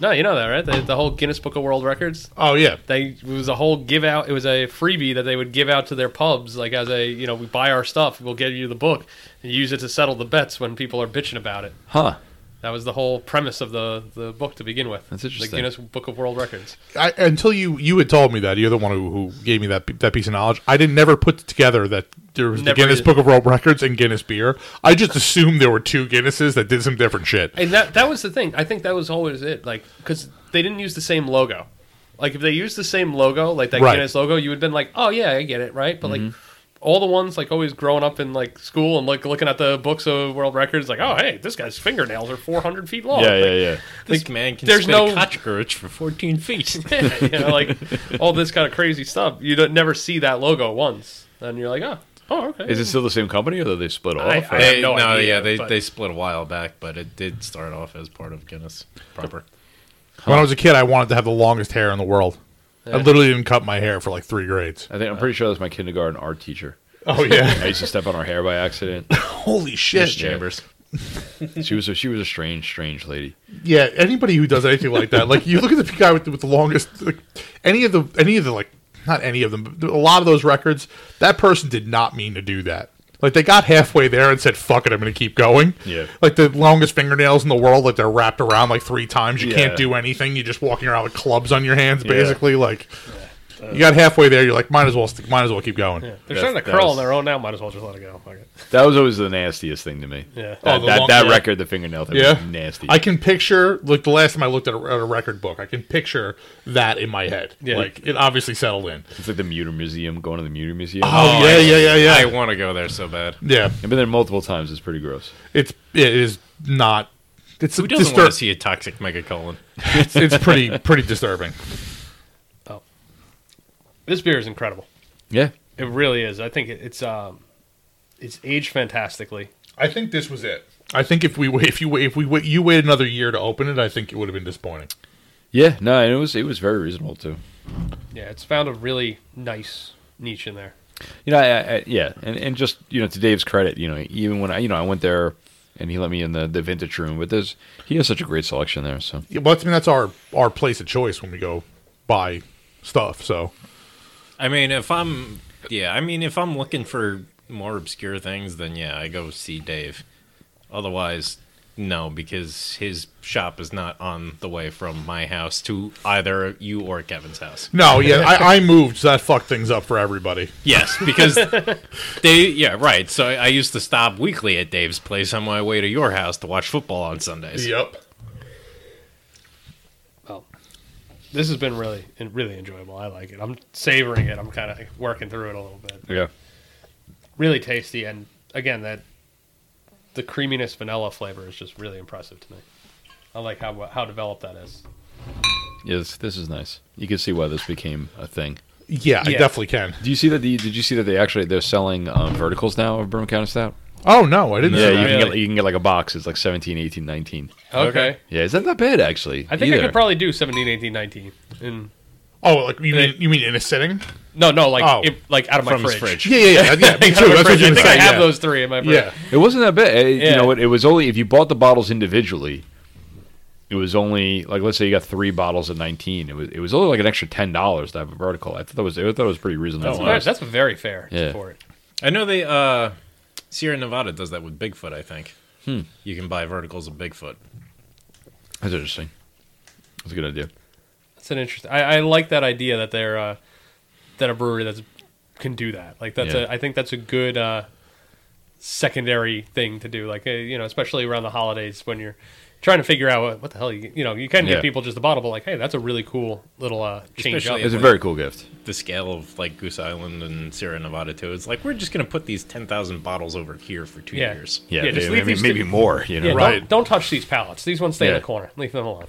Speaker 2: no, you know that, right? The, the whole Guinness Book of World Records.
Speaker 4: Oh yeah.
Speaker 2: They it was a whole give out. It was a freebie that they would give out to their pubs, like as a you know, we buy our stuff, we'll give you the book, and use it to settle the bets when people are bitching about it.
Speaker 5: Huh.
Speaker 2: That was the whole premise of the the book to begin with.
Speaker 5: That's interesting.
Speaker 2: The Guinness Book of World Records.
Speaker 4: I, until you you had told me that you're the one who, who gave me that that piece of knowledge. I didn't never put together that there was
Speaker 2: Never
Speaker 4: the Guinness
Speaker 2: either.
Speaker 4: Book of World Records and Guinness beer. I just assumed there were two Guinnesses that did some different shit.
Speaker 2: And that that was the thing. I think that was always it. Like because they didn't use the same logo. Like if they used the same logo, like that
Speaker 4: Right.
Speaker 2: Guinness logo, you would have been like, oh yeah, I get it, right? But
Speaker 5: Mm-hmm.
Speaker 2: like all the ones like always growing up in like school and like looking at the books of world records, like oh hey, this guy's fingernails are four hundred feet long.
Speaker 5: Yeah,
Speaker 2: Like,
Speaker 5: yeah, yeah.
Speaker 3: This man can
Speaker 2: there's
Speaker 3: spit no...
Speaker 2: no-
Speaker 3: a cockroach for 14 feet.
Speaker 2: you know, like all this kind of crazy stuff. You don't never see that logo once, and you're like, oh, oh, okay.
Speaker 5: Is it still the same company, or did they split off?
Speaker 2: I-
Speaker 5: or-
Speaker 2: I-
Speaker 3: They,
Speaker 2: have no
Speaker 3: no,
Speaker 2: idea,
Speaker 3: yeah, they,
Speaker 2: but-
Speaker 3: they split a while back, but it did start off as part of Guinness proper.
Speaker 4: When I was a kid, I wanted to have the longest hair in the world. I literally didn't cut my hair for like three grades.
Speaker 5: I think I'm pretty sure that's my kindergarten art teacher.
Speaker 4: Oh yeah.
Speaker 5: I used to step on her hair by accident.
Speaker 4: Holy shit.
Speaker 5: Yeah.
Speaker 3: Chambers.
Speaker 5: She was a, she was a strange, strange lady.
Speaker 4: Yeah, anybody who does anything like that, like you look at the guy with, with the longest, like, any of the, any of the, like, not any of them, but a lot of those records, that person did not mean to do that. Like they got halfway there and said, "Fuck it, I'm going to keep going."
Speaker 5: Yeah.
Speaker 4: Like the longest fingernails in the world, like they're wrapped around like three times. You
Speaker 5: Yeah.
Speaker 4: can't do anything. You're just walking around with clubs on your hands, basically. Like you got halfway there, you're like, might as well, st- might as well keep going.
Speaker 2: They're
Speaker 5: That's-
Speaker 2: starting to
Speaker 5: that
Speaker 2: curl
Speaker 5: was-
Speaker 2: on their own now. Might as well just let it go. Fuck it.
Speaker 5: That was always the nastiest thing to me.
Speaker 2: Yeah.
Speaker 5: That,
Speaker 4: Oh, the
Speaker 5: that,
Speaker 4: long-
Speaker 5: that
Speaker 4: yeah.
Speaker 5: record, the fingernail thing,
Speaker 4: Yeah,
Speaker 5: was nasty.
Speaker 4: I can picture like the last time I looked at a, at a record book, I can picture that in my head.
Speaker 2: Yeah.
Speaker 4: Like it obviously settled in.
Speaker 5: it's like the Muter Museum, going to the Muter Museum.
Speaker 4: Oh, yeah, yeah, yeah, yeah.
Speaker 3: I want to go there so bad.
Speaker 4: yeah,
Speaker 5: I've been there multiple times. It's pretty gross.
Speaker 4: it's it is not. It's
Speaker 3: Who doesn't want
Speaker 4: distur-
Speaker 3: to see a toxic megacolon?
Speaker 4: it's, it's pretty pretty disturbing.
Speaker 2: This beer is incredible.
Speaker 5: Yeah.
Speaker 2: It really is. I think it, it's um, it's aged fantastically.
Speaker 4: I think this was it. I think if we wait, if you wait, if we wait, you wait another year to open it, I think it would have been disappointing.
Speaker 5: Yeah. No, and it was it was very reasonable too.
Speaker 2: Yeah, it's found a really nice niche in there.
Speaker 5: You know, I, I, yeah, and, and just you know, to Dave's credit, you know, even when I you know I went there and he let me in the, the vintage room, but there's he has such a great selection there. So
Speaker 4: Yeah, well, I mean that's our our place of choice when we go buy stuff. So
Speaker 3: I mean, if I'm yeah, I mean, if I'm looking for more obscure things, then yeah, I go see Dave. Otherwise, no, because his shop is not on the way from my house to either you or Kevin's house.
Speaker 4: no, yeah, I, I moved, so that fucked things up for everybody.
Speaker 3: Yes, because they yeah right. So I, I used to stop weekly at Dave's place on my way to your house to watch football on Sundays.
Speaker 4: Yep.
Speaker 2: Well, this has been really really enjoyable. I like it. I'm savoring it. I'm kind of working through it a little bit.
Speaker 5: yeah,
Speaker 2: Really tasty, and again that the creaminess vanilla flavor is just really impressive to me. I like how how developed that is.
Speaker 5: yes, this is nice. You can see why this became a thing.
Speaker 4: Yeah, I
Speaker 2: Yeah.
Speaker 4: definitely can.
Speaker 5: Do you see that? The, did you see that they actually they're selling um, verticals now of Broome County Stout?
Speaker 4: Oh no, I didn't.
Speaker 5: Yeah,
Speaker 4: see
Speaker 5: you
Speaker 4: that.
Speaker 5: can get
Speaker 2: Really?
Speaker 5: you can get like a box. It's like 17, 18, 19.
Speaker 2: Okay.
Speaker 5: Yeah, it's not that bad actually.
Speaker 2: I think I
Speaker 5: either.
Speaker 2: could probably do 17, 18, 19. And
Speaker 4: Oh, like you mean you mean in a sitting?
Speaker 2: no, no, like
Speaker 4: Oh.
Speaker 2: it, like out of my
Speaker 3: From his
Speaker 2: fridge.
Speaker 3: fridge.
Speaker 4: Yeah, yeah, yeah. yeah me
Speaker 2: Out
Speaker 4: too.
Speaker 2: of my
Speaker 4: That's what
Speaker 2: fridge.
Speaker 4: you
Speaker 2: I
Speaker 4: were
Speaker 2: think I
Speaker 4: saying,
Speaker 2: have
Speaker 4: yeah.
Speaker 2: those three in my fridge.
Speaker 4: Yeah.
Speaker 5: It wasn't that bad. It- You
Speaker 2: Yeah.
Speaker 5: know what? It was only if you bought the bottles individually. It was only like let's say you got three bottles at nineteen. It was it was only like an extra ten dollars to have a vertical. I thought that was I thought it was pretty reasonable.
Speaker 4: Oh,
Speaker 2: That's, very, that's very fair
Speaker 5: Yeah.
Speaker 2: for it.
Speaker 3: I know they uh Sierra Nevada does that with Bigfoot, I think.
Speaker 4: Hmm.
Speaker 3: You can buy verticals of Bigfoot.
Speaker 5: That's interesting. That's a good idea.
Speaker 2: That's an interesting. I, I like that idea that they're uh, that a brewery that's can do that. Like that's
Speaker 5: Yeah.
Speaker 2: a, I think that's a good uh, secondary thing to do. Like uh, you know, especially around the holidays when you're trying to figure out what, what the hell you you know you can
Speaker 5: Yeah.
Speaker 2: give people just a bottle, but like hey, that's a really cool little uh, change
Speaker 3: Especially
Speaker 2: up.
Speaker 5: It's a very cool gift.
Speaker 3: The scale of like Goose Island and Sierra Nevada too. It's like we're just gonna put these ten thousand bottles over here for two
Speaker 2: Yeah.
Speaker 3: years.
Speaker 5: Yeah,
Speaker 2: Yeah, just
Speaker 5: they-
Speaker 2: leave
Speaker 5: I mean,
Speaker 2: these
Speaker 5: maybe
Speaker 2: to-
Speaker 5: more. You know,
Speaker 2: yeah,
Speaker 4: Right.
Speaker 2: don't, don't touch these pallets. These ones stay
Speaker 5: Yeah.
Speaker 2: in the corner. Leave them alone.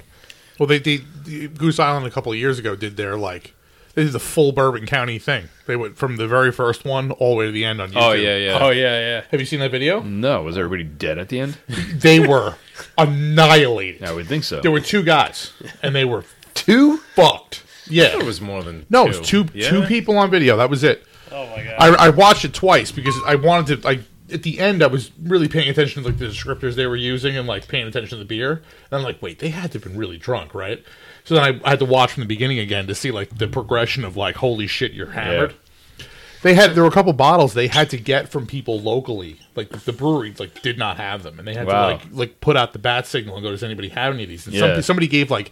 Speaker 4: Well, they, they Goose Island a couple of years ago did their like they did the full Bourbon County thing. They went from the very first one all the way to the end on YouTube.
Speaker 3: Oh yeah, Mm. yeah.
Speaker 2: Oh yeah, yeah.
Speaker 4: Have you seen that video?
Speaker 5: No, was everybody dead at the end?
Speaker 4: They were annihilated.
Speaker 5: I would think so.
Speaker 4: There were two guys, and they were
Speaker 5: two.
Speaker 4: fucked. Yeah,
Speaker 3: It was more than
Speaker 4: no, it was two
Speaker 3: Yeah?
Speaker 4: two people on video. That was it.
Speaker 2: Oh my god.
Speaker 4: I, I watched it twice because I wanted to. I at the end I was really paying attention to like the descriptors they were using and like paying attention to the beer. And I'm like, wait, they had to have been really drunk, right? So then I, I had to watch from the beginning again to see like the progression of like, holy shit, you're hammered. They had there were a couple bottles they had to get from people locally, like the brewery like did not have them, and they had
Speaker 5: Wow.
Speaker 4: to like like put out the bat signal and go, does anybody have any of these? And
Speaker 5: Yeah.
Speaker 4: some, somebody gave like,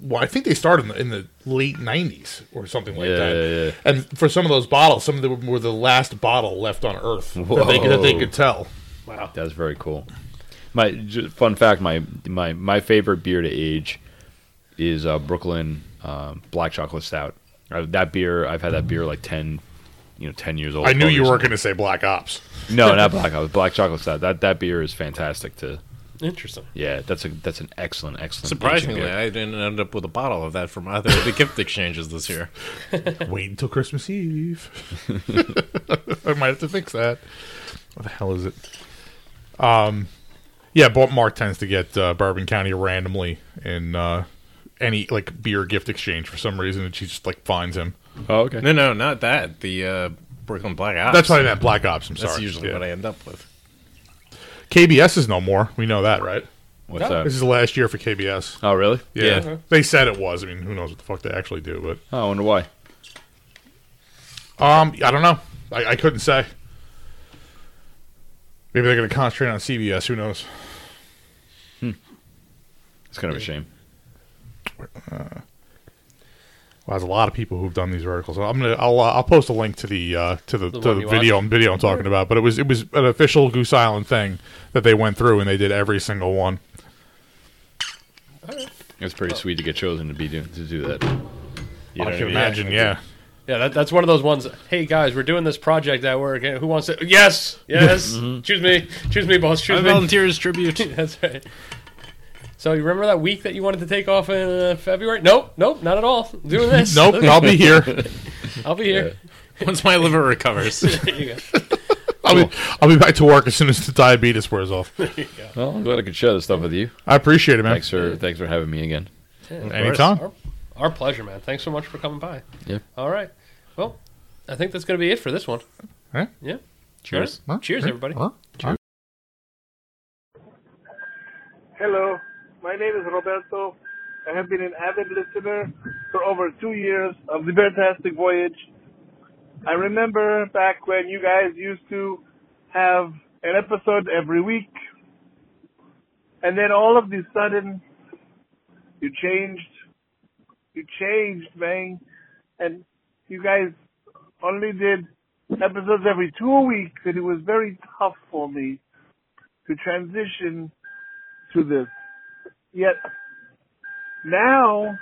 Speaker 4: well, I think they started in the, in the late '90s or something like
Speaker 5: Yeah,
Speaker 4: that.
Speaker 5: yeah, yeah.
Speaker 4: And for some of those bottles, some of them were the last bottle left on Earth that they, could- that they
Speaker 5: Whoa.
Speaker 4: could tell.
Speaker 2: wow.
Speaker 5: That's very cool. My ju- fun fact: my my my favorite beer to age is uh, Brooklyn um, Black Chocolate Stout. Uh, that beer, I've had that beer like ten, you know, ten years old.
Speaker 4: I knew
Speaker 5: 12
Speaker 4: you
Speaker 5: years
Speaker 4: were
Speaker 5: old.
Speaker 4: going to say Black Ops.
Speaker 5: No, not Black Ops. Black Chocolate Stout. That that beer is fantastic. To
Speaker 2: Interesting.
Speaker 5: yeah, that's a that's an excellent excellent.
Speaker 3: Surprisingly,
Speaker 5: aging beer.
Speaker 3: I didn't end up with a bottle of that from either of the gift exchanges this year.
Speaker 4: Wait until Christmas Eve. I might have to fix that. What the hell is it? Um, yeah, but Mark tends to get uh, Bourbon County randomly in uh, any like beer gift exchange for some reason, and she just like finds him.
Speaker 5: oh okay.
Speaker 3: No, no, not that. The uh, Brooklyn Black Ops.
Speaker 4: That's why I meant Black Ops. I'm sorry.
Speaker 3: That's usually
Speaker 4: Yeah.
Speaker 3: what I end up with.
Speaker 4: KBS is no more. We know that, right?
Speaker 5: What's
Speaker 2: No.
Speaker 5: that?
Speaker 4: This is the last year for KBS.
Speaker 5: Oh really?
Speaker 3: Yeah.
Speaker 4: They said it was. I mean, who knows what the fuck they actually do, but
Speaker 5: Oh, I wonder why.
Speaker 4: Um, I don't know. I, I couldn't say. Maybe they're going to concentrate on CBS. Who knows?
Speaker 5: It's kind of a shame.
Speaker 4: Well, there's a lot of people who've done these verticals. I'm gonna. I'll. Uh, I'll post a link to the uh, to the,
Speaker 2: The
Speaker 4: to
Speaker 2: one
Speaker 4: the
Speaker 2: you
Speaker 4: video and video I'm talking about. But it was it was an official Goose Island thing that they went through and they did every single one.
Speaker 5: It's pretty sweet to get chosen to be do, to do that. You know
Speaker 4: I
Speaker 5: what I
Speaker 4: can
Speaker 5: mean?
Speaker 4: imagine. Yeah.
Speaker 2: Yeah, that, that's one of those ones. Hey guys, we're doing this project at work. Who wants to? Yes, yes.
Speaker 5: Mm-hmm.
Speaker 2: Choose me, choose me, boss. Choose
Speaker 3: I
Speaker 2: me.
Speaker 3: volunteer as tribute.
Speaker 2: That's right. So you remember that week that you wanted to take off in uh, February? Nope, nope, not at all. Doing this.
Speaker 4: Nope. I'll be here.
Speaker 2: I'll be here.
Speaker 3: Once my liver recovers.
Speaker 2: There you go.
Speaker 4: I'll be. I'll be back to work as soon as the diabetes wears off.
Speaker 5: Well, I'm glad I could share this stuff with you.
Speaker 4: I appreciate it, man.
Speaker 5: Thanks for thanks for having me again.
Speaker 4: Anytime.
Speaker 2: Our, our pleasure, man. Thanks so much for coming by.
Speaker 5: Yeah.
Speaker 2: All right. Well, I think that's going to be it for this one.
Speaker 4: Huh?
Speaker 2: Yeah.
Speaker 5: Cheers.
Speaker 2: All right. Cheers, everybody.
Speaker 4: Huh? Huh?
Speaker 6: Hello, my name is Roberto. I have been an avid listener for over two years of the Fantastic Voyage. I remember back when you guys used to have an episode every week, and then all of the sudden, you changed. You changed, man, and you guys only did episodes every two weeks, and it was very tough for me to transition to this. Yet now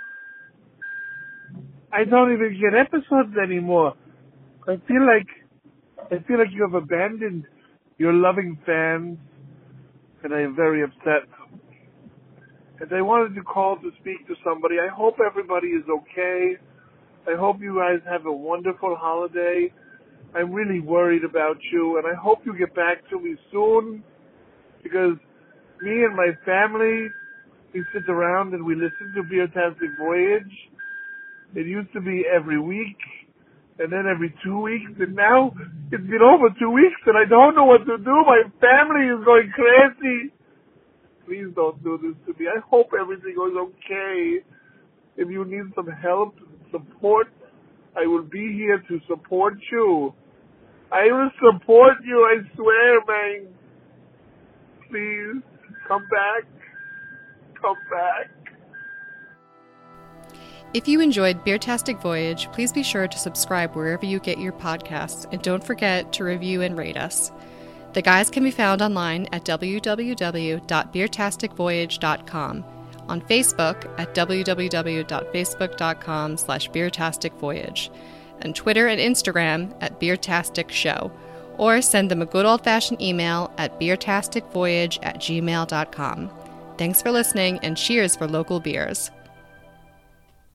Speaker 6: I don't even get episodes anymore. I feel like I feel like you have abandoned your loving fans, and I am very upset. And I wanted to call to speak to somebody. I hope everybody is okay. I hope you guys have a wonderful holiday. I'm really worried about you, and I hope you get back to me soon because me and my family, we sit around and we listen to Beertastic Voyage. It used to be every week, and then every two weeks, and now it's been over two weeks, and I don't know what to do. My family is going crazy. Please don't do this to me. I hope everything goes okay. If you need some help, support, I will be here to support you. I will support you, I swear, man. Please, come back. Come back.
Speaker 1: If you enjoyed Beertastic Voyage, please be sure to subscribe wherever you get your podcasts and don't forget to review and rate us. The guys can be found online at www.beertasticvoyage.com, on Facebook at www.facebook.com slash beertasticvoyage, and Twitter and Instagram at Beertastic Show, or send them a good old-fashioned email at beertasticvoyage at gmail.com. Thanks for listening and cheers for local beers.